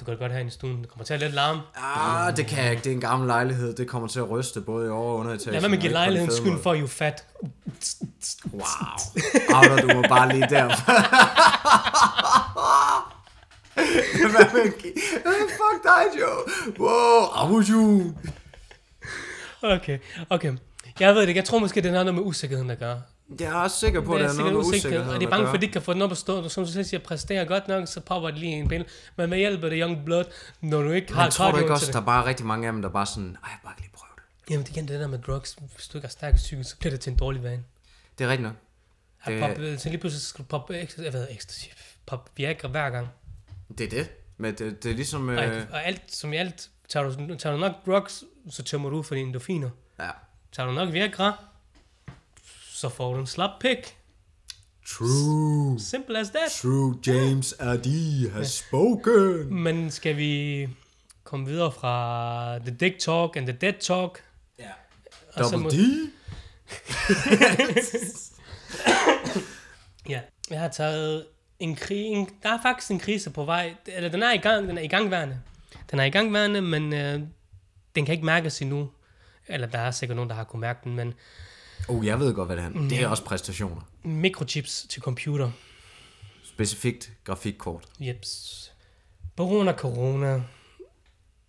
Speaker 2: Du kan det godt have i stuen. Det kommer til at lidt larme.
Speaker 1: Ah, det kan jeg ikke. Det er en gammel lejlighed. Det kommer til at ryste både i over- og underetagen.
Speaker 2: Lad være med at give
Speaker 1: og ikke på den
Speaker 2: lejligheden
Speaker 1: fede
Speaker 2: skylden
Speaker 1: måde.
Speaker 2: for, at you fat.
Speaker 1: Wow. Outer, du var bare lige der. <laughs> Hvad med at give- Øh, Fuck dig, Joe. Wow, out you.
Speaker 2: Okay, okay. Jeg ved det ikke. Jeg tror måske, det har noget med usikkerheden at gøre.
Speaker 1: Jeg er også sikker på, at
Speaker 2: Det
Speaker 1: der
Speaker 2: er
Speaker 1: er
Speaker 2: sikkert
Speaker 1: noget med
Speaker 2: usikkerhed,
Speaker 1: usikkerhed.
Speaker 2: og de er bange for, at de ikke kan få den op at stå. Som du selv siger, præsterer godt nok, så popper det lige en pille. Men med hjælp af det young blood, når du ikke har
Speaker 1: Men tror du ikke
Speaker 2: cardio
Speaker 1: også,
Speaker 2: til
Speaker 1: der
Speaker 2: det.
Speaker 1: er bare rigtig mange af dem, der bare sådan, ej, jeg vil bare lige prøve det.
Speaker 2: Jamen det er igen det der med drugs. Hvis du ikke har stærk psykisk, så bliver det til en dårlig vane.
Speaker 1: Det er rigtigt nok.
Speaker 2: At
Speaker 1: Det-
Speaker 2: poppe, så lige pludselig skal du poppe ekstra, jeg ved, ekstra pop Viagra hver gang.
Speaker 1: Det er det. Men det, det er ligesom...
Speaker 2: Øh.
Speaker 1: Øh,
Speaker 2: Og alt, som i alt, tager du, tager du nok drugs, så tømmer du ud for dine endorfiner.
Speaker 1: ja.
Speaker 2: Tager du nok Viagra, så får du en slap pik.
Speaker 1: True.
Speaker 2: Simple as that.
Speaker 1: True James Adi has spoken.
Speaker 2: Men skal vi komme videre fra the dick talk and the dead talk?
Speaker 1: Ja.
Speaker 2: Og så må-
Speaker 1: Double D?
Speaker 2: Ja, jeg har taget en krig, en, der er faktisk en krise på vej, eller den er i gang, den er i gangværende. Den er i gangværende, men øh, den kan ikke mærkes endnu. Eller der er sikkert nogen, der har kunne mærke den, men
Speaker 1: Oh, jeg ved godt, hvad det er.
Speaker 2: Mhm.
Speaker 1: Det er også præstationer.
Speaker 2: mikrochips til computer.
Speaker 1: Specifikt grafikkort.
Speaker 2: Jeps. På grund af corona,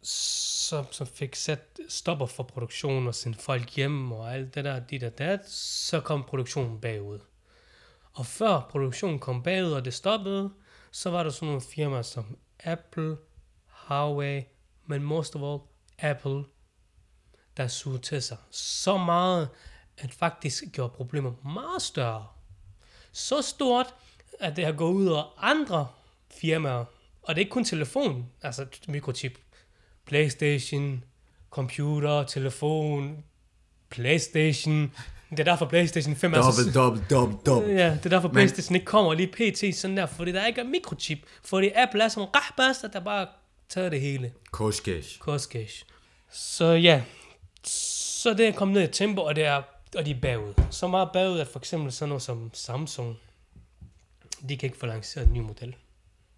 Speaker 2: så, som fik sat stopper for produktion og sendte folk hjem og alt det der, dit og dat, så kom produktionen bagud. Og før produktionen kom bagud, og det stoppede, så var der sådan nogle firmaer som Apple, Huawei, men most of all Apple, der sugede til sig så meget, at faktisk gjorde problemer meget større. Så stort, at det har gået ud over andre firmaer, og det er ikke kun telefon, altså mikrochip, Playstation, computer, telefon, Playstation. Det er derfor Playstation 5 er så...
Speaker 1: Dobbelt, dobbelt, dobbelt, dobbelt.
Speaker 2: Ja, det er derfor
Speaker 1: Men-
Speaker 2: Playstation ikke kommer lige pt. sådan der, fordi der ikke er mikrochip. Fordi Apple er som rahbast, at der bare tager det hele.
Speaker 1: Koshkesh.
Speaker 2: Korskæs. Så ja, så det er kommet ned i tempo, og, det er, og de er bagud. Så meget bagud, at for eksempel sådan noget som Samsung, de kan ikke få lanceret en ny model.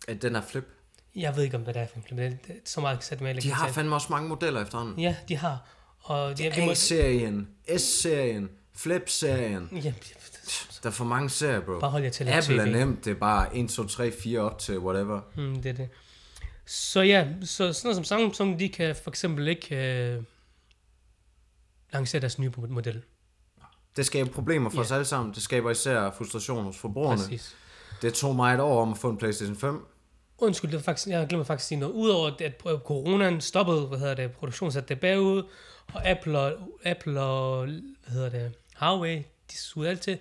Speaker 1: At den er flip.
Speaker 2: Jeg ved ikke, om hvad det er for en model. Det er Så meget sat med,
Speaker 1: De har fandme også mange modeller efterhånden.
Speaker 2: Ja, de har. Og de, vi må,
Speaker 1: A-serien, S-serien, Flip-serien.
Speaker 2: ja,
Speaker 1: Der er for mange serier, bro.
Speaker 2: bare hold jer til at
Speaker 1: Apple
Speaker 2: lave
Speaker 1: er
Speaker 2: TV.
Speaker 1: nemt. Det er bare 1, 2, 3, 4 op til whatever.
Speaker 2: Mm, det er det. Så ja, så sådan noget som Samsung, de kan for eksempel ikke øh, lancere deres nye model.
Speaker 1: Det skaber problemer for os alle sammen. Det skaber især frustration hos forbrugerne. Præcis.
Speaker 2: Præcis.
Speaker 1: Det tog mig et år om at få en Playstation 5.
Speaker 2: Undskyld, det var faktisk, jeg glemmer faktisk at sige noget. Udover det, at coronaen stoppede, hvad hedder det, produktionen satte det bagud, og Apple og, Apple og hvad hedder det, Huawei, de sugede alt til.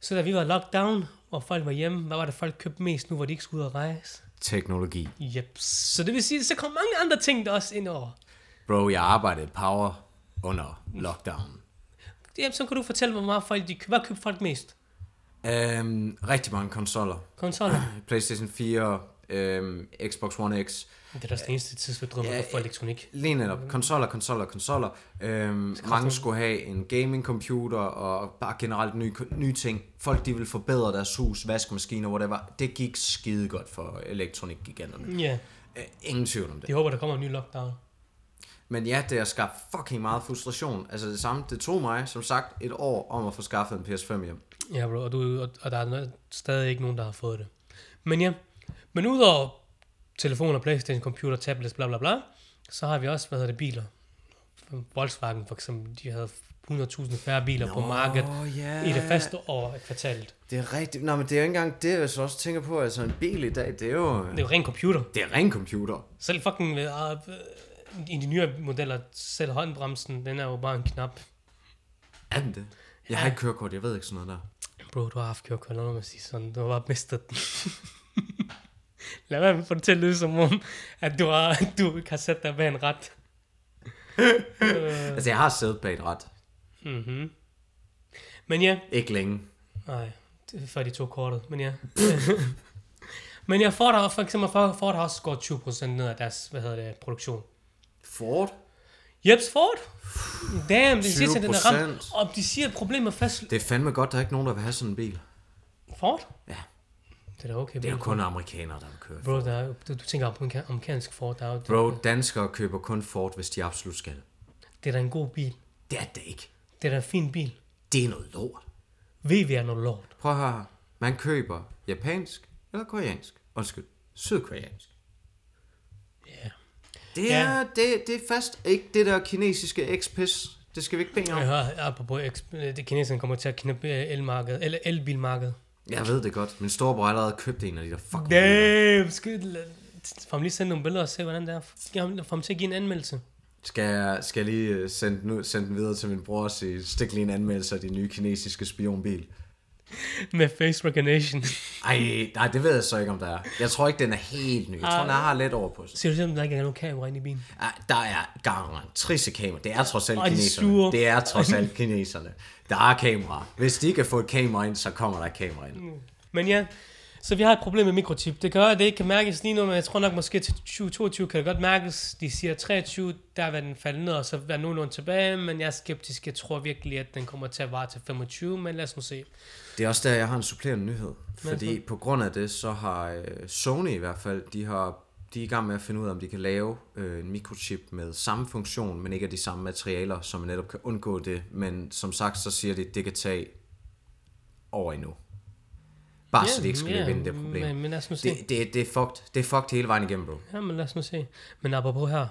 Speaker 2: Så da vi var lockdown, og folk var hjemme, hvad var det, folk købte mest nu, hvor de ikke skulle ud og rejse?
Speaker 1: Teknologi.
Speaker 2: Yep. Så det vil sige, så kom mange andre ting der også ind over.
Speaker 1: Bro, jeg arbejdede power under lockdown.
Speaker 2: Jamen, så kan du fortælle, hvor meget folk, de, køb- hvad købte folk mest?
Speaker 1: Øhm, rigtig mange konsoller.
Speaker 2: Konsoller.
Speaker 1: Playstation 4, øhm, Xbox One X.
Speaker 2: Det er da også det eneste tidsfødt drømmer
Speaker 1: Ja,
Speaker 2: ja, for elektronik.
Speaker 1: Lige netop. Konsoller, konsoller, konsoller. Øhm, mange skulle have en gaming-computer og bare generelt nye, nye ting. Folk de ville forbedre deres hus, vaskemaskiner, whatever. Det gik skide godt for elektronikgiganterne.
Speaker 2: Ja,
Speaker 1: Øh, ingen tvivl om det.
Speaker 2: de håber, der kommer en ny lockdown.
Speaker 1: Men ja, det har skabt fucking meget frustration. Altså det samme, det tog mig, som sagt, et år om at få skaffet en PS5 hjem.
Speaker 2: Ja, bro, og, du, og, og der er no- stadig ikke nogen, der har fået det. Men ja, men udover telefoner, Playstation, computer, tablets, bla bla bla, så har vi også, hvad hedder det, biler. Volkswagen for eksempel, de havde 100.000 færre biler Nå, på markedet
Speaker 1: yeah.
Speaker 2: i det første år af kvartalet.
Speaker 1: Det er rigtigt. Nå, men det er jo ikke engang det, jeg så også tænker på. Altså en bil i dag, det er jo...
Speaker 2: Det er jo ren computer.
Speaker 1: Det er ren computer.
Speaker 2: Selv fucking øh, øh, i de nye modeller, selv håndbremsen, den er jo bare en knap.
Speaker 1: Er den det? Jeg har ikke kørekort, jeg ved ikke sådan noget der.
Speaker 2: Bro, du har haft kørekort, lad mig sige sådan. Du har bare mistet den. <laughs> lad være med at få det til at lyde som om, at du, har, at du ikke har sat dig bag en ret.
Speaker 1: Altså jeg har siddet bag et ret.
Speaker 2: Mm-hmm. Men ja,
Speaker 1: Ikke længe.
Speaker 2: nej, det er før de tog kortet, men ja. <laughs> men jeg Ford har for eksempel Ford Ford har også skåret 20% ned af deres, hvad hedder det, produktion.
Speaker 1: Ford?
Speaker 2: Jeps Ford! Damn, de siger, at den er
Speaker 1: 20%.
Speaker 2: ramt, og de siger, at problemet er fast...
Speaker 1: Det er fandme godt, der er ikke nogen, der vil have sådan en bil.
Speaker 2: Ford?
Speaker 1: Ja.
Speaker 2: Det er da okay.
Speaker 1: Det er jo
Speaker 2: bro.
Speaker 1: kun amerikanere, der vil køre.
Speaker 2: Bro, der er, jo- du, du tænker på en ka- amerikansk Ford, der er jo,
Speaker 1: Bro, danskere køber kun Ford, hvis de absolut skal.
Speaker 2: det er da en god bil.
Speaker 1: Det er det ikke.
Speaker 2: Det er da en fin bil.
Speaker 1: Det er noget lort.
Speaker 2: VV er noget lort.
Speaker 1: Prøv at høre. her. Man køber japansk eller koreansk. Undskyld. Sydkoreansk.
Speaker 2: Ja.
Speaker 1: Det
Speaker 2: Ja.
Speaker 1: er, det, det er fast ikke det der kinesiske ekspis. Det skal vi ikke bede om.
Speaker 2: Jeg hører apropos, eks- øh, det kineserne kommer til at knippe øh, elmarkedet, eller elbilmarkedet.
Speaker 1: Jeg ved det godt. Min storebror har allerede købt en af de der fucking biler.
Speaker 2: Damn, skal la- Får ham lige sende nogle billeder og se, hvordan det er. Giv ham- Får ham til at give en
Speaker 1: <laughs>
Speaker 2: anmeldelse.
Speaker 1: Skal jeg, skal jeg lige øh, sende den, ud, sende den videre til min bror og sige, stik lige en anmeldelse af din nye kinesiske spionbil.
Speaker 2: Med face recognition.
Speaker 1: Ej, nej, det ved jeg så ikke, om der er. Jeg tror ikke, den er helt ny. Jeg tror, den har lidt over på sig.
Speaker 2: <laughs> Ser du simpelthen, der ikke er nogen kamera inde i bilen?
Speaker 1: Ej, Der er garant trisse kamera. Det er trods alt
Speaker 2: Og de er
Speaker 1: kineserne.
Speaker 2: sure.
Speaker 1: Det er trods alt kineserne. Der er kamera. Hvis de ikke kan få et kamera ind, så kommer der et kamera ind.
Speaker 2: Men ja, så vi har et problem med mikrochip. Det gør, at det ikke kan mærkes lige nu, men jeg tror nok måske til 2022 kan det godt mærkes. De siger 23, der vil den falde ned, og så være nogenlunde tilbage, men jeg er skeptisk. Jeg tror virkelig, at den kommer til at vare til 25, men lad os nu se.
Speaker 1: Det er også der, jeg har en supplerende nyhed. Fordi på grund af det, så har øh, Sony i hvert fald, de, har, de er i gang med at finde ud af, om de kan lave øh, en mikrochip med samme funktion, men ikke af de samme materialer, så man netop kan undgå det. Men som sagt, så siger de, at det kan tage over endnu. Bare yeah, Ah, så de ikke skal løbe
Speaker 2: ja,
Speaker 1: ind i det problem.
Speaker 2: Men, men lad os nu se.
Speaker 1: Det, det, det, er fucked. det er fucked hele vejen igennem, bro.
Speaker 2: Ja, men lad os nu se. Men apropos her.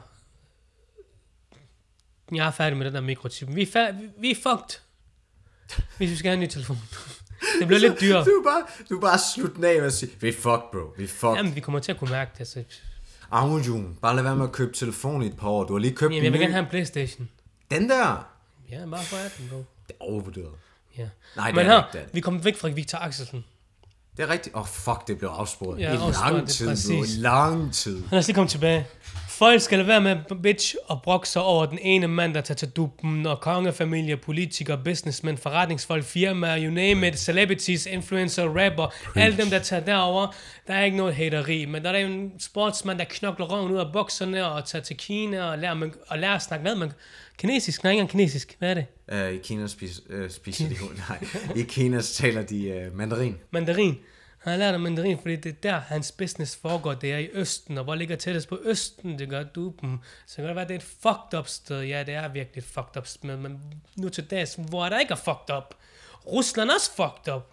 Speaker 2: Jeg er færdig med den der mikrochip. Vi er, færd- vi- vi er fucked. Hvis vi skal have en ny telefon. Det bliver lidt dyrere.
Speaker 1: Du er bare, du er bare slutten af med at sige, vi er fucked, bro. Vi er fucked.
Speaker 2: Jamen, vi kommer til at kunne mærke det. altså. Så.
Speaker 1: Jamen. Jun, bare lad være med at købe telefon i et par år. Du har lige købt
Speaker 2: Jamen,
Speaker 1: en
Speaker 2: jeg vil
Speaker 1: ny.
Speaker 2: gerne have en Playstation.
Speaker 1: Den der,
Speaker 2: Ja, bare for 18, bro.
Speaker 1: det er overvurderet.
Speaker 2: Ja.
Speaker 1: Nej, det
Speaker 2: men
Speaker 1: er
Speaker 2: her,
Speaker 1: det ikke, det er det.
Speaker 2: vi kom væk fra Victor Axelsen.
Speaker 1: Det er rigtigt. Åh, oh, fuck, det blev afsporet.
Speaker 2: Ja,
Speaker 1: Ja, I
Speaker 2: afsporet, det
Speaker 1: lang
Speaker 2: er
Speaker 1: tid, bro.
Speaker 2: præcis.
Speaker 1: I lang tid.
Speaker 2: Han er lige kommet tilbage. Folk skal lade være med, bitch, og brokke sig over den ene mand, der tager til duppen, og kongefamilier, politikere, businessmen, forretningsfolk, firmaer, you name it, celebrities, influencer, rapper, alle dem, der tager derover. Der er ikke noget hateri, men der er jo en sportsmand, der knokler røven ud af bukserne og tager til Kina og lærer, man, og lærer at snakke med man, kinesisk. Nej, ikke engang kinesisk. Hvad er det?
Speaker 1: Øh, I Kina spiser, øh, spiser de <laughs> nej. I Kina taler de øh, mandarin.
Speaker 2: Mandarin. Han har lært om mandarin, fordi det er der, hans business foregår. Det er i Østen, og hvor ligger tættest på Østen, det gør dupen. Så kan det være, det er et fucked up sted. Ja, det er virkelig et fucked up sted, men nu til dags, hvor er der ikke er fucked up? Rusland er også fucked up.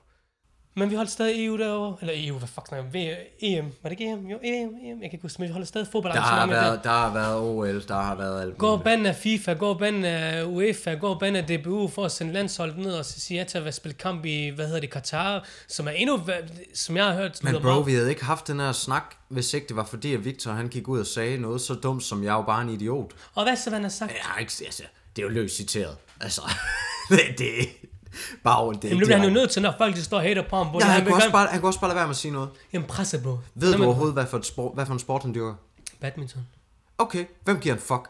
Speaker 2: Men vi holdt stadig EU derovre. Eller EU, hvad fuck snakker jeg om? V- EM. Var det ikke EM? Jo, E EM, EM. Jeg kan ikke huske, men vi holder stadig fodbold.
Speaker 1: Der har, været, der har været OL, der har været alt
Speaker 2: Gå og
Speaker 1: muligt.
Speaker 2: bande af FIFA, gå og bande af UEFA, gå og bande af DBU for at sende landsholdet ned og så sige ja til at være spille kamp i, hvad hedder det, Katar, som er endnu, væ- som jeg har hørt, lyder
Speaker 1: Men bro,
Speaker 2: meget-
Speaker 1: vi havde ikke haft den her snak, hvis ikke det var fordi, at Victor han gik ud og sagde noget så dumt, som jeg er jo bare en idiot.
Speaker 2: Og hvad så, hvad han har sagt?
Speaker 1: Men Jeg har ikke, altså, det er jo løst citeret. Altså, <laughs> det, det bare det er
Speaker 2: Jamen, nu bliver han jo nødt til, når folk de står og hater på ham.
Speaker 1: Ja,
Speaker 2: han
Speaker 1: han,
Speaker 2: vil
Speaker 1: kunne også
Speaker 2: gerne-
Speaker 1: bare, han kunne også bare lade være med at sige noget.
Speaker 2: Jamen, presse på.
Speaker 1: Ved du overhovedet, hvad for, et sport, hvad for en sport han dyrker?
Speaker 2: Badminton.
Speaker 1: Okay, hvem giver en fuck?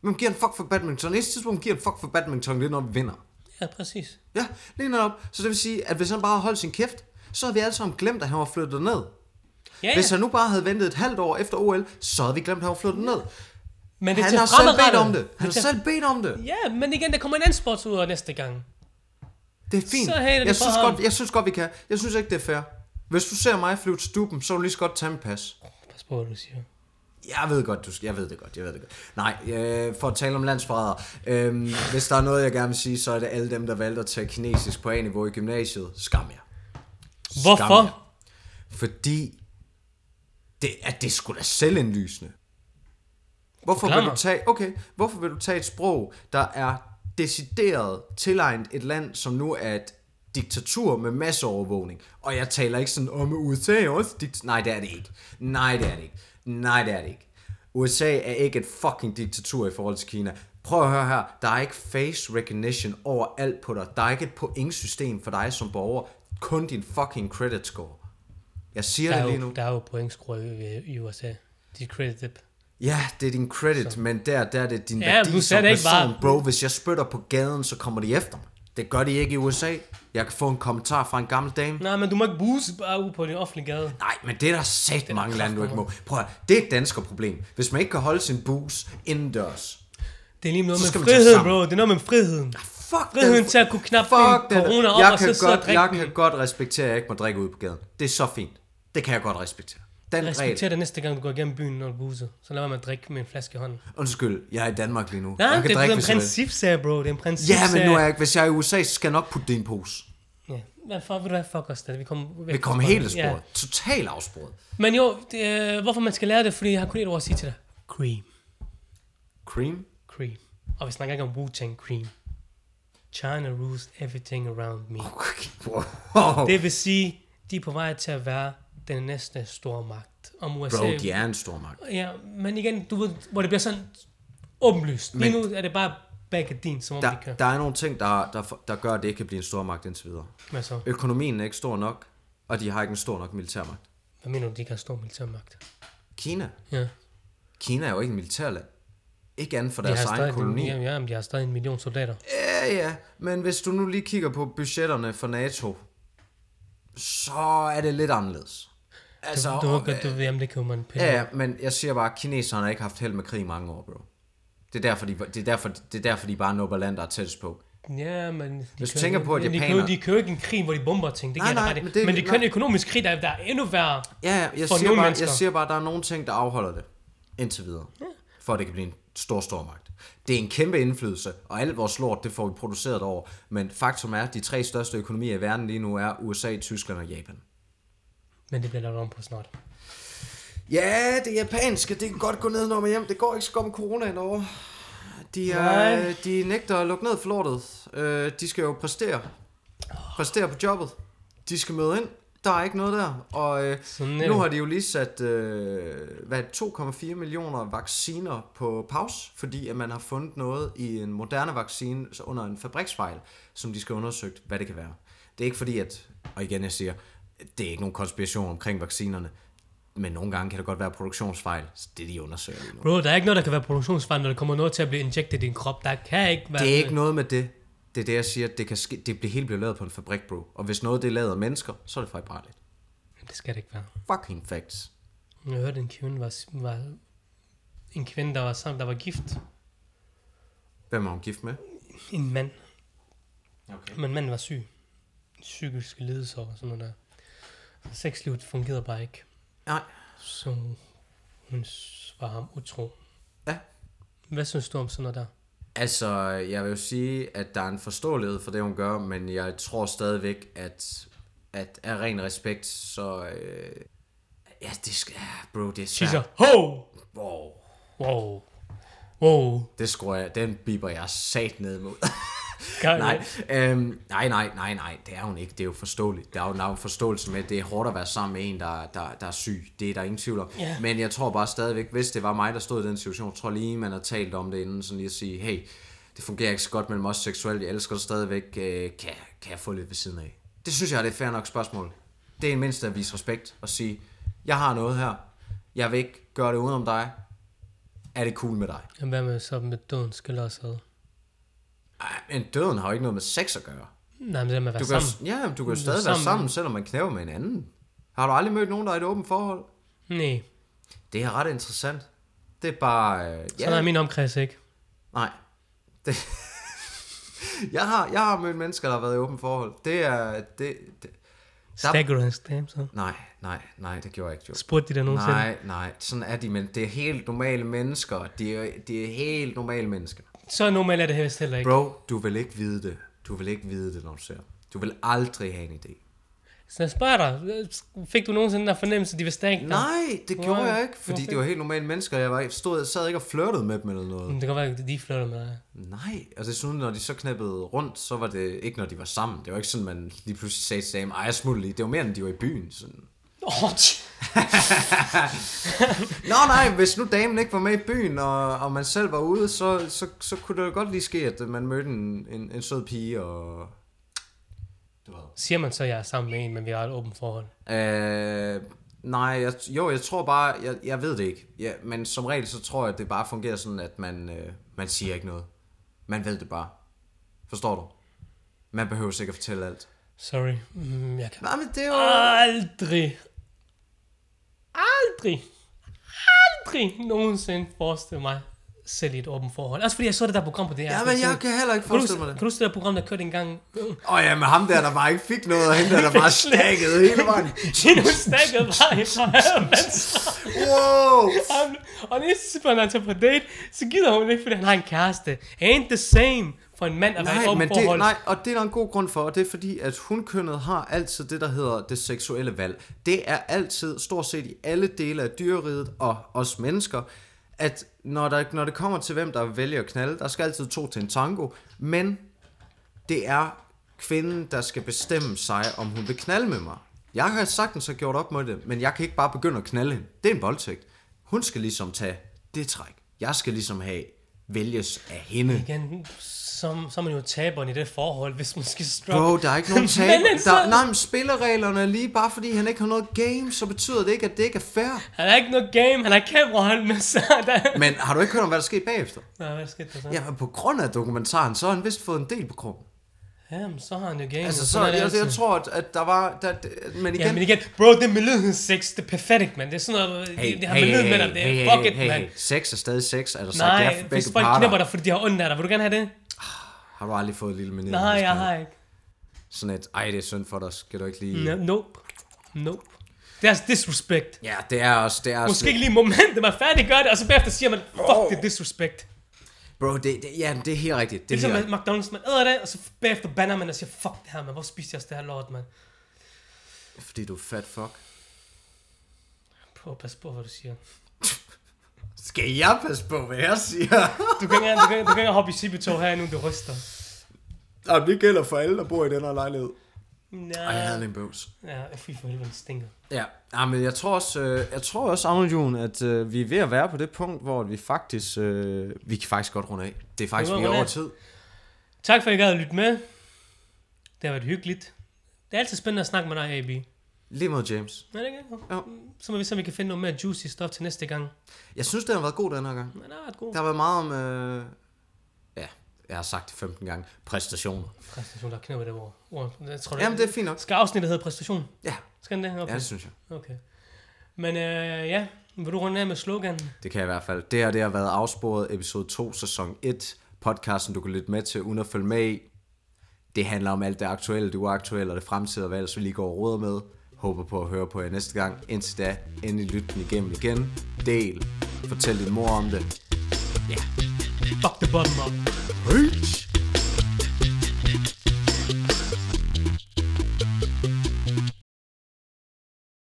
Speaker 1: Hvem giver en fuck for badminton? Eneste tidspunkt, giver en fuck for badminton, det er, når vi vinder.
Speaker 2: Ja, præcis.
Speaker 1: Ja, lige netop. Så det vil sige, at hvis han bare havde holdt sin kæft, så havde vi alle sammen glemt, at han var flyttet ned.
Speaker 2: Ja,
Speaker 1: Hvis
Speaker 2: ja.
Speaker 1: han nu bare havde ventet et halvt år efter OL, så havde vi glemt, at han var flyttet ned.
Speaker 2: Men det er
Speaker 1: Han
Speaker 2: til
Speaker 1: har selv bedt
Speaker 2: fremadrettet. Altså-
Speaker 1: om det. Han har
Speaker 2: er til-
Speaker 1: selv bedt om det.
Speaker 2: Ja, men igen, der kommer en anden sportsudøver næste gang.
Speaker 1: Det er fint.
Speaker 2: Så hater de
Speaker 1: jeg,
Speaker 2: på
Speaker 1: synes
Speaker 2: ham.
Speaker 1: godt, jeg synes godt, vi kan. Jeg synes ikke, det er fair. Hvis du ser mig flyve til stuben, så vil du lige så godt tage mit pas.
Speaker 2: Pas på, hvad du siger.
Speaker 1: Jeg ved godt, du skal, jeg ved det godt, jeg ved det godt. Nej, øh, for at tale om landsforræder. Øh, hvis der er noget, jeg gerne vil sige, så er det alle dem, der valgte at tage kinesisk på A-niveau i gymnasiet. Skam jer. Skam
Speaker 2: Hvorfor?
Speaker 1: jer. Fordi det er, det er sgu da selvindlysende. Hvorfor
Speaker 2: Forklar
Speaker 1: vil, du
Speaker 2: mig.
Speaker 1: tage, okay, hvorfor vil du tage et sprog, der er decideret tilegnet et land, som nu er et diktatur med masseovervågning? Og jeg taler ikke sådan om oh, USA er også dikt... Nej, det er det ikke. Nej, det er det ikke. Nej, det er det ikke. USA er ikke et fucking diktatur i forhold til Kina. Prøv at høre her. Der er ikke face recognition overalt på dig. Der er ikke et pointsystem for dig som borger. Kun din fucking credit score. Jeg siger
Speaker 2: Der
Speaker 1: det
Speaker 2: er
Speaker 1: lige
Speaker 2: jo,
Speaker 1: nu.
Speaker 2: der er jo pointskruer i, i USA. De credit dip.
Speaker 1: Ja, det er din credit, så. men der, der er det din
Speaker 2: Ja,
Speaker 1: ja, værdi
Speaker 2: du
Speaker 1: som
Speaker 2: sagde det
Speaker 1: person,
Speaker 2: ikke
Speaker 1: bare.
Speaker 2: bare.
Speaker 1: bro. Hvis jeg spytter på gaden, så kommer de efter mig. Det gør de ikke i USA. Jeg kan få en kommentar fra en gammel dame.
Speaker 2: Nej, men du må ikke buse bare ude på din offentlige gade.
Speaker 1: Nej, men det er der sat mange lande, du ikke må. Prøv at, høre, det er et dansker problem. Hvis man ikke kan holde sin bus indendørs.
Speaker 2: Det er lige noget
Speaker 1: Så
Speaker 2: med
Speaker 1: skal man tage
Speaker 2: friheden,
Speaker 1: sammen.
Speaker 2: bro. Det er noget med friheden.
Speaker 1: Fuck den.
Speaker 2: Friheden til at kunne knappe
Speaker 1: Fuck
Speaker 2: din
Speaker 1: den.
Speaker 2: corona op,
Speaker 1: jeg
Speaker 2: og så
Speaker 1: kan
Speaker 2: sidde og
Speaker 1: godt,
Speaker 2: drikke
Speaker 1: Jeg
Speaker 2: den.
Speaker 1: kan godt respektere, at jeg ikke må drikke ud på gaden. Det er så fint. Det kan jeg godt respektere. Den regel.
Speaker 2: Respekter det næste gang, du går igennem byen, når du buser. Så lad være med at drikke med en flaske i hånden.
Speaker 1: Undskyld, jeg er i Danmark lige nu.
Speaker 2: Nej,
Speaker 1: jeg
Speaker 2: det er en
Speaker 1: hvis jeg vil.
Speaker 2: principsag, bro. Det er en principsag.
Speaker 1: Ja, men nu er jeg ikke. Hvis jeg er i USA, så skal jeg nok putte det i en pose.
Speaker 2: Ja. Hvad for, vil du have fuck os da? Vi kommer væk
Speaker 1: Vi kom
Speaker 2: fra
Speaker 1: helt af
Speaker 2: sporet. Ja.
Speaker 1: sporet. Ja. Totalt afsporet.
Speaker 2: Men jo, det, øh, hvorfor man skal lære det, fordi jeg har kun et ord at sige til dig. Cream.
Speaker 1: Cream?
Speaker 2: Cream. Og vi snakker ikke om Wu-Tang Cream. China rules everything around me.
Speaker 1: Wow.
Speaker 2: <laughs> Det vil sige, de er på vej til at være den næste store magt. Om USA...
Speaker 1: Bro, de er en stor magt.
Speaker 2: Ja, men igen, du ved, hvor det bliver sådan åbenlyst. Lige nu er det bare back at din, som om vi
Speaker 1: Der,
Speaker 2: kører.
Speaker 1: der er nogle ting, der, der, der gør, at det ikke kan blive en stor magt indtil videre.
Speaker 2: Hvad så?
Speaker 1: Økonomien er ikke stor nok, og de har ikke en stor nok militærmagt.
Speaker 2: Hvad mener du, de ikke har stor militærmagt?
Speaker 1: Kina.
Speaker 2: Ja.
Speaker 1: Kina er jo ikke en militærland. Ikke andet for
Speaker 2: De
Speaker 1: deres
Speaker 2: har,
Speaker 1: egen
Speaker 2: stadig,
Speaker 1: koloni.
Speaker 2: ja, ja, men de har stadig en million soldater.
Speaker 1: Ja, ja. Men hvis du nu lige kigger på budgetterne for NATO, så er det lidt anderledes. Altså,
Speaker 2: Du,
Speaker 1: og-
Speaker 2: du, du, du, jamen, det kan jo man pille.
Speaker 1: Ja, ja, men jeg siger bare, at kineserne har ikke haft held med krig i mange år, bro. Det er derfor, de, det er derfor, det er derfor, de bare nubber land, der er tættest på.
Speaker 2: Ja, men... De
Speaker 1: Hvis du
Speaker 2: kører-
Speaker 1: tænker på, at
Speaker 2: men de kører,
Speaker 1: japanere-
Speaker 2: de kører ikke en krig, hvor de bomber ting. Det
Speaker 1: Nej,
Speaker 2: giver nej,
Speaker 1: nej,
Speaker 2: ret. i.
Speaker 1: men det-
Speaker 2: Men de kører en
Speaker 1: nej.
Speaker 2: økonomisk krig, der, der er endnu værre.
Speaker 1: Ja, ja, jeg
Speaker 2: For
Speaker 1: siger,
Speaker 2: nogle
Speaker 1: bare,
Speaker 2: mennesker.
Speaker 1: jeg siger bare, at der er nogle ting, der afholder det indtil videre. Ja. For at det kan blive en stor, stor magt. Det er en kæmpe indflydelse, og alt vores lort, det får vi produceret over. Men faktum er, at de tre største økonomier i verden lige nu er USA, Tyskland og Japan.
Speaker 2: Men det bliver lavet om på snart.
Speaker 1: Ja, det japanske, det kan godt gå ned, når man hjem. Det går ikke så godt med coronaen over. De,
Speaker 2: Nej.
Speaker 1: er, de nægter at lukke ned for lortet. Øh, de skal jo præstere. Præstere på jobbet. De skal møde ind. Der er ikke noget der. Og øh,
Speaker 2: Sådan er
Speaker 1: nu
Speaker 2: det.
Speaker 1: har de jo lige sat øh, hvad, er det, 2,4 millioner vacciner på pause, fordi at man har fundet noget i en moderne vaccine så under en fabriksfejl, som de skal undersøge, hvad det kan være. Det er ikke fordi, at, og igen jeg siger, det er ikke nogen konspiration omkring vaccinerne. Men nogle gange kan der godt være produktionsfejl, så det er de undersøger lige nu.
Speaker 2: Bro, der er ikke noget, der kan være produktionsfejl, når der kommer noget til at blive injektet i din krop. Der kan ikke være...
Speaker 1: Det er ikke noget med det. Det er det, jeg siger, at det, kan ske, det bliver helt bliver lavet på en fabrik, bro. Og hvis noget det er lavet af mennesker, så er det fejlbarligt.
Speaker 2: Det skal det ikke være.
Speaker 1: Fucking facts.
Speaker 2: Jeg hørte, en kvinde var, var en kvinde, der var sammen, der var gift.
Speaker 1: Hvem er hun gift med?
Speaker 2: En mand.
Speaker 1: Okay.
Speaker 2: Men manden var syg. Psykiske lidelser og sådan noget der. Sexlivet fungerede bare ikke.
Speaker 1: Nej.
Speaker 2: Så hun s- var ham utro.
Speaker 1: Ja.
Speaker 2: Hvad synes du om sådan noget der?
Speaker 1: Altså, jeg vil jo sige, at der er en forståelighed for det, hun gør, men jeg tror stadigvæk, at, at af ren respekt, så... Øh, ja, det skal... ja, Bro, det er svært.
Speaker 2: Tisser. Ho!
Speaker 1: Wow.
Speaker 2: Wow. Wow.
Speaker 1: Det skruer jeg, den biber jeg sat ned mod.
Speaker 2: Gør
Speaker 1: nej, øhm, nej, nej, nej, nej, det er hun ikke. Det er jo forståeligt. Der er jo, der er jo en forståelse med, at det er hårdt at være sammen med en, der, der, der er syg. Det er der ingen tvivl om.
Speaker 2: Ja.
Speaker 1: Men jeg tror bare stadigvæk, hvis det var mig, der stod i den situation, tror lige, man har talt om det inden, sådan lige at sige, hey, det fungerer ikke så godt mellem os seksuelt, jeg elsker dig stadigvæk, øh, kan, kan jeg få lidt ved siden af? Det synes jeg er det fair nok spørgsmål. Det er en mindste at vise respekt og sige, jeg har noget her, jeg vil ikke gøre det udenom dig, er det cool med dig?
Speaker 2: Jamen, Hvad med så med døden skiller os ad?
Speaker 1: Ej, men døden har jo ikke noget med sex at gøre.
Speaker 2: Nej, men det med at
Speaker 1: Du
Speaker 2: være
Speaker 1: kan, jo-
Speaker 2: sammen.
Speaker 1: ja, men du kan jo stadig være
Speaker 2: sammen.
Speaker 1: sammen, selvom man knæver med en anden. Har du aldrig mødt nogen, der er i et åbent forhold?
Speaker 2: Nej,
Speaker 1: Det er ret interessant. Det er bare... Øh,
Speaker 2: sådan er
Speaker 1: ja,
Speaker 2: min omkreds ikke.
Speaker 1: nej. Det, <laughs> jeg, har, jeg har mødt mennesker, der har været i åbent forhold. Det er... Det, det,
Speaker 2: Stagger du hans dame så?
Speaker 1: nej, nej, nej, det gjorde jeg ikke, jo.
Speaker 2: Spurgte de dig nogensinde?
Speaker 1: Nej, nej, sådan er de, men det er helt normale mennesker. De er, de er helt normale mennesker.
Speaker 2: Så normalt er det her vist heller ikke.
Speaker 1: Bro, du vil ikke vide det. Du vil ikke vide det, når du ser. dem. Du vil aldrig have en idé.
Speaker 2: Så jeg spørger dig, fik du nogensinde den der fornemmelse, de vil stagge dig?
Speaker 1: Nej, det gjorde
Speaker 2: Nej,
Speaker 1: jeg ikke, fordi
Speaker 2: hvorfor
Speaker 1: det var helt normale mennesker. Jeg var ikke, stod, sad ikke og flirtede med dem eller noget.
Speaker 2: Men Det kan godt være, at de flytter med dig.
Speaker 1: Nej, og desuden, når de så knappede rundt, så var det ikke, når de var sammen. Det var ikke sådan, man lige pludselig sagde til damen, ej, jeg smutter lige. Det var mere, end de var i byen. Sådan.
Speaker 2: Åh,
Speaker 1: Nå nej, hvis nu damen ikke var med i byen, og, og man selv var ude, så, så, så kunne det jo godt lige ske, at man mødte en, en, en sød pige, og... Du ved.
Speaker 2: Siger man så, at jeg er sammen med en, men vi har et åbent forhold?
Speaker 1: Øh, nej, jeg, jo, jeg tror bare, jeg, jeg ved det ikke. Ja, men som regel, så tror jeg, at det bare fungerer sådan, at man, øh, man siger ikke noget. Man ved det bare. Forstår du? Man behøver sikkert at fortælle alt.
Speaker 2: Sorry. Mm, jeg kan
Speaker 1: Nej, men det er jo...
Speaker 2: aldrig, aldrig, aldrig nogensinde forestille mig selv i et åbent forhold. Også fordi jeg så det der program på DR.
Speaker 1: Ja, men jeg kan heller ikke
Speaker 2: kan du,
Speaker 1: forestille mig det.
Speaker 2: kan du huske det der program, der kørte en gang?
Speaker 1: Åh oh, ja, men ham der, der bare ikke fik noget, og hende der, der <laughs> bare stakkede
Speaker 2: <laughs>
Speaker 1: hele vejen.
Speaker 2: Gino snakkede bare i fra højre og venstre.
Speaker 1: Wow!
Speaker 2: Ham- Og næste tidspunkt, når han tager på date, så gider hun ikke, fordi han har en kæreste. Ain't the same for en mand at være Altså,
Speaker 1: Nej,
Speaker 2: i et åbent
Speaker 1: men det,
Speaker 2: forhold.
Speaker 1: nej, og det er der en god grund for, og det er fordi, at hunkønnet har altid det, der hedder det seksuelle valg. Det er altid, stort set i alle dele af dyreriget og os mennesker, at når, der, når det kommer til, hvem der vælger at knalde, der skal altid to til en tango, men det er kvinden, der skal bestemme sig, om hun vil knalde med mig. Jeg har sagtens have gjort op med det, men jeg kan ikke bare begynde at knalde hende. Det er en voldtægt. Hun skal ligesom tage det træk. Jeg skal ligesom have vælges af hende.
Speaker 2: Igen, så, så er man jo taberen i det forhold, hvis man skal struggle.
Speaker 1: Bro, der er
Speaker 2: <laughs>
Speaker 1: ikke nogen tab.
Speaker 2: Men han
Speaker 1: der,
Speaker 2: sad-
Speaker 1: nej, men spillereglerne er lige bare fordi han ikke har noget game, så betyder det ikke, at det ikke er fair.
Speaker 2: Han har ikke noget game, han har kamerahold med sig. Der...
Speaker 1: Men har du ikke hørt om, hvad der skete bagefter?
Speaker 2: Nå, hvad skete der så?
Speaker 1: Ja, men på grund af dokumentaren, så har han vist fået en del på krogen.
Speaker 2: Jamen, så har han jo game.
Speaker 1: Altså,
Speaker 2: og
Speaker 1: så,
Speaker 2: sådan er
Speaker 1: jeg,
Speaker 2: det
Speaker 1: jeg,
Speaker 2: altid.
Speaker 1: jeg tror, at, at der var... Der, d- men igen,
Speaker 2: Ja, men igen, bro, det er medlidensex, det er perfekt, man. Det er sådan noget, hey, det, det har hey, medliden hey, med dig, det er hey, fuck it, hey, man.
Speaker 1: Sex er stadig sex, er der sagt ja
Speaker 2: Nej,
Speaker 1: for
Speaker 2: hvis
Speaker 1: begge
Speaker 2: folk knipper
Speaker 1: parter.
Speaker 2: dig, fordi de har ondt af dig, vil du gerne have det?
Speaker 1: Har du aldrig fået et lille minut?
Speaker 2: Nej, jeg har ikke.
Speaker 1: Sådan et, ej, det er synd for dig, skal du ikke lige...
Speaker 2: No, nope. Nope. That's disrespect.
Speaker 1: Ja, det er også... Det er også
Speaker 2: Måske ikke lige momentet, man færdiggør det, og så bagefter siger man, fuck, det er disrespect. Det
Speaker 1: Bro, det, det, ja, det er helt rigtigt.
Speaker 2: er
Speaker 1: Det er
Speaker 2: ligesom
Speaker 1: helt
Speaker 2: med
Speaker 1: rigtigt.
Speaker 2: McDonald's, man æder det, og så bagefter banner man og siger, fuck det her, man. Hvor spiste jeg også det her lort, man?
Speaker 1: Fordi du er fat fuck.
Speaker 2: Prøv at passe på, hvad du siger.
Speaker 1: Skal jeg passe på, hvad jeg siger?
Speaker 2: Du kan ikke engang- du kan, du kan ikke engang hoppe i Sibitog her nu, du ryster.
Speaker 1: Jamen, det gælder for alle, der bor i den her lejlighed. Ej, jeg havde
Speaker 2: Nej.
Speaker 1: en bøvs.
Speaker 2: Ja, fy for helvede, den stinker.
Speaker 1: Ja, ja men jeg tror også, øh, jeg tror også Arne Jun, at øh, vi er ved at være på det punkt, hvor vi faktisk, øh, vi kan faktisk godt runde af. Det er faktisk,
Speaker 2: Vi må
Speaker 1: vi er
Speaker 2: runde
Speaker 1: over
Speaker 2: af.
Speaker 1: tid.
Speaker 2: Tak for, at I gad at lytte med. Det har været hyggeligt. Det er altid spændende at snakke med dig, AB.
Speaker 1: Lige mod James.
Speaker 2: Nej, det kan
Speaker 1: Ja.
Speaker 2: ja. Så må vi se, om vi kan finde noget mere juicy stof til næste gang.
Speaker 1: Jeg synes, den har været god den her gang.
Speaker 2: Men det er ret god
Speaker 1: Der har været meget om... Øh... Ja, jeg har sagt det 15 gange. Præstationer.
Speaker 2: præstation, der knæver det ord. ord. Jeg tror,
Speaker 1: Jamen, det er fint nok.
Speaker 2: Skal afsnittet hedde præstation?
Speaker 1: Ja,
Speaker 2: Skal den det?
Speaker 1: ja
Speaker 2: Okay.
Speaker 1: det synes jeg.
Speaker 2: okay. Men øh, ja, vil du runde af med sloganen?
Speaker 1: Det kan jeg i hvert fald. Det her det har været afsporet episode 2, sæson 1. Podcasten, du kan lytte med til, uden at følge med i. Det handler om alt det aktuelle, det uaktuelle og det fremtidige, og hvad ellers vi lige går og råder med. Håber på at høre på jer næste gang. Indtil da, endelig lyt den igennem igen. Del. Fortæl din mor om det.
Speaker 2: Fuck the bottom up.
Speaker 1: Peace!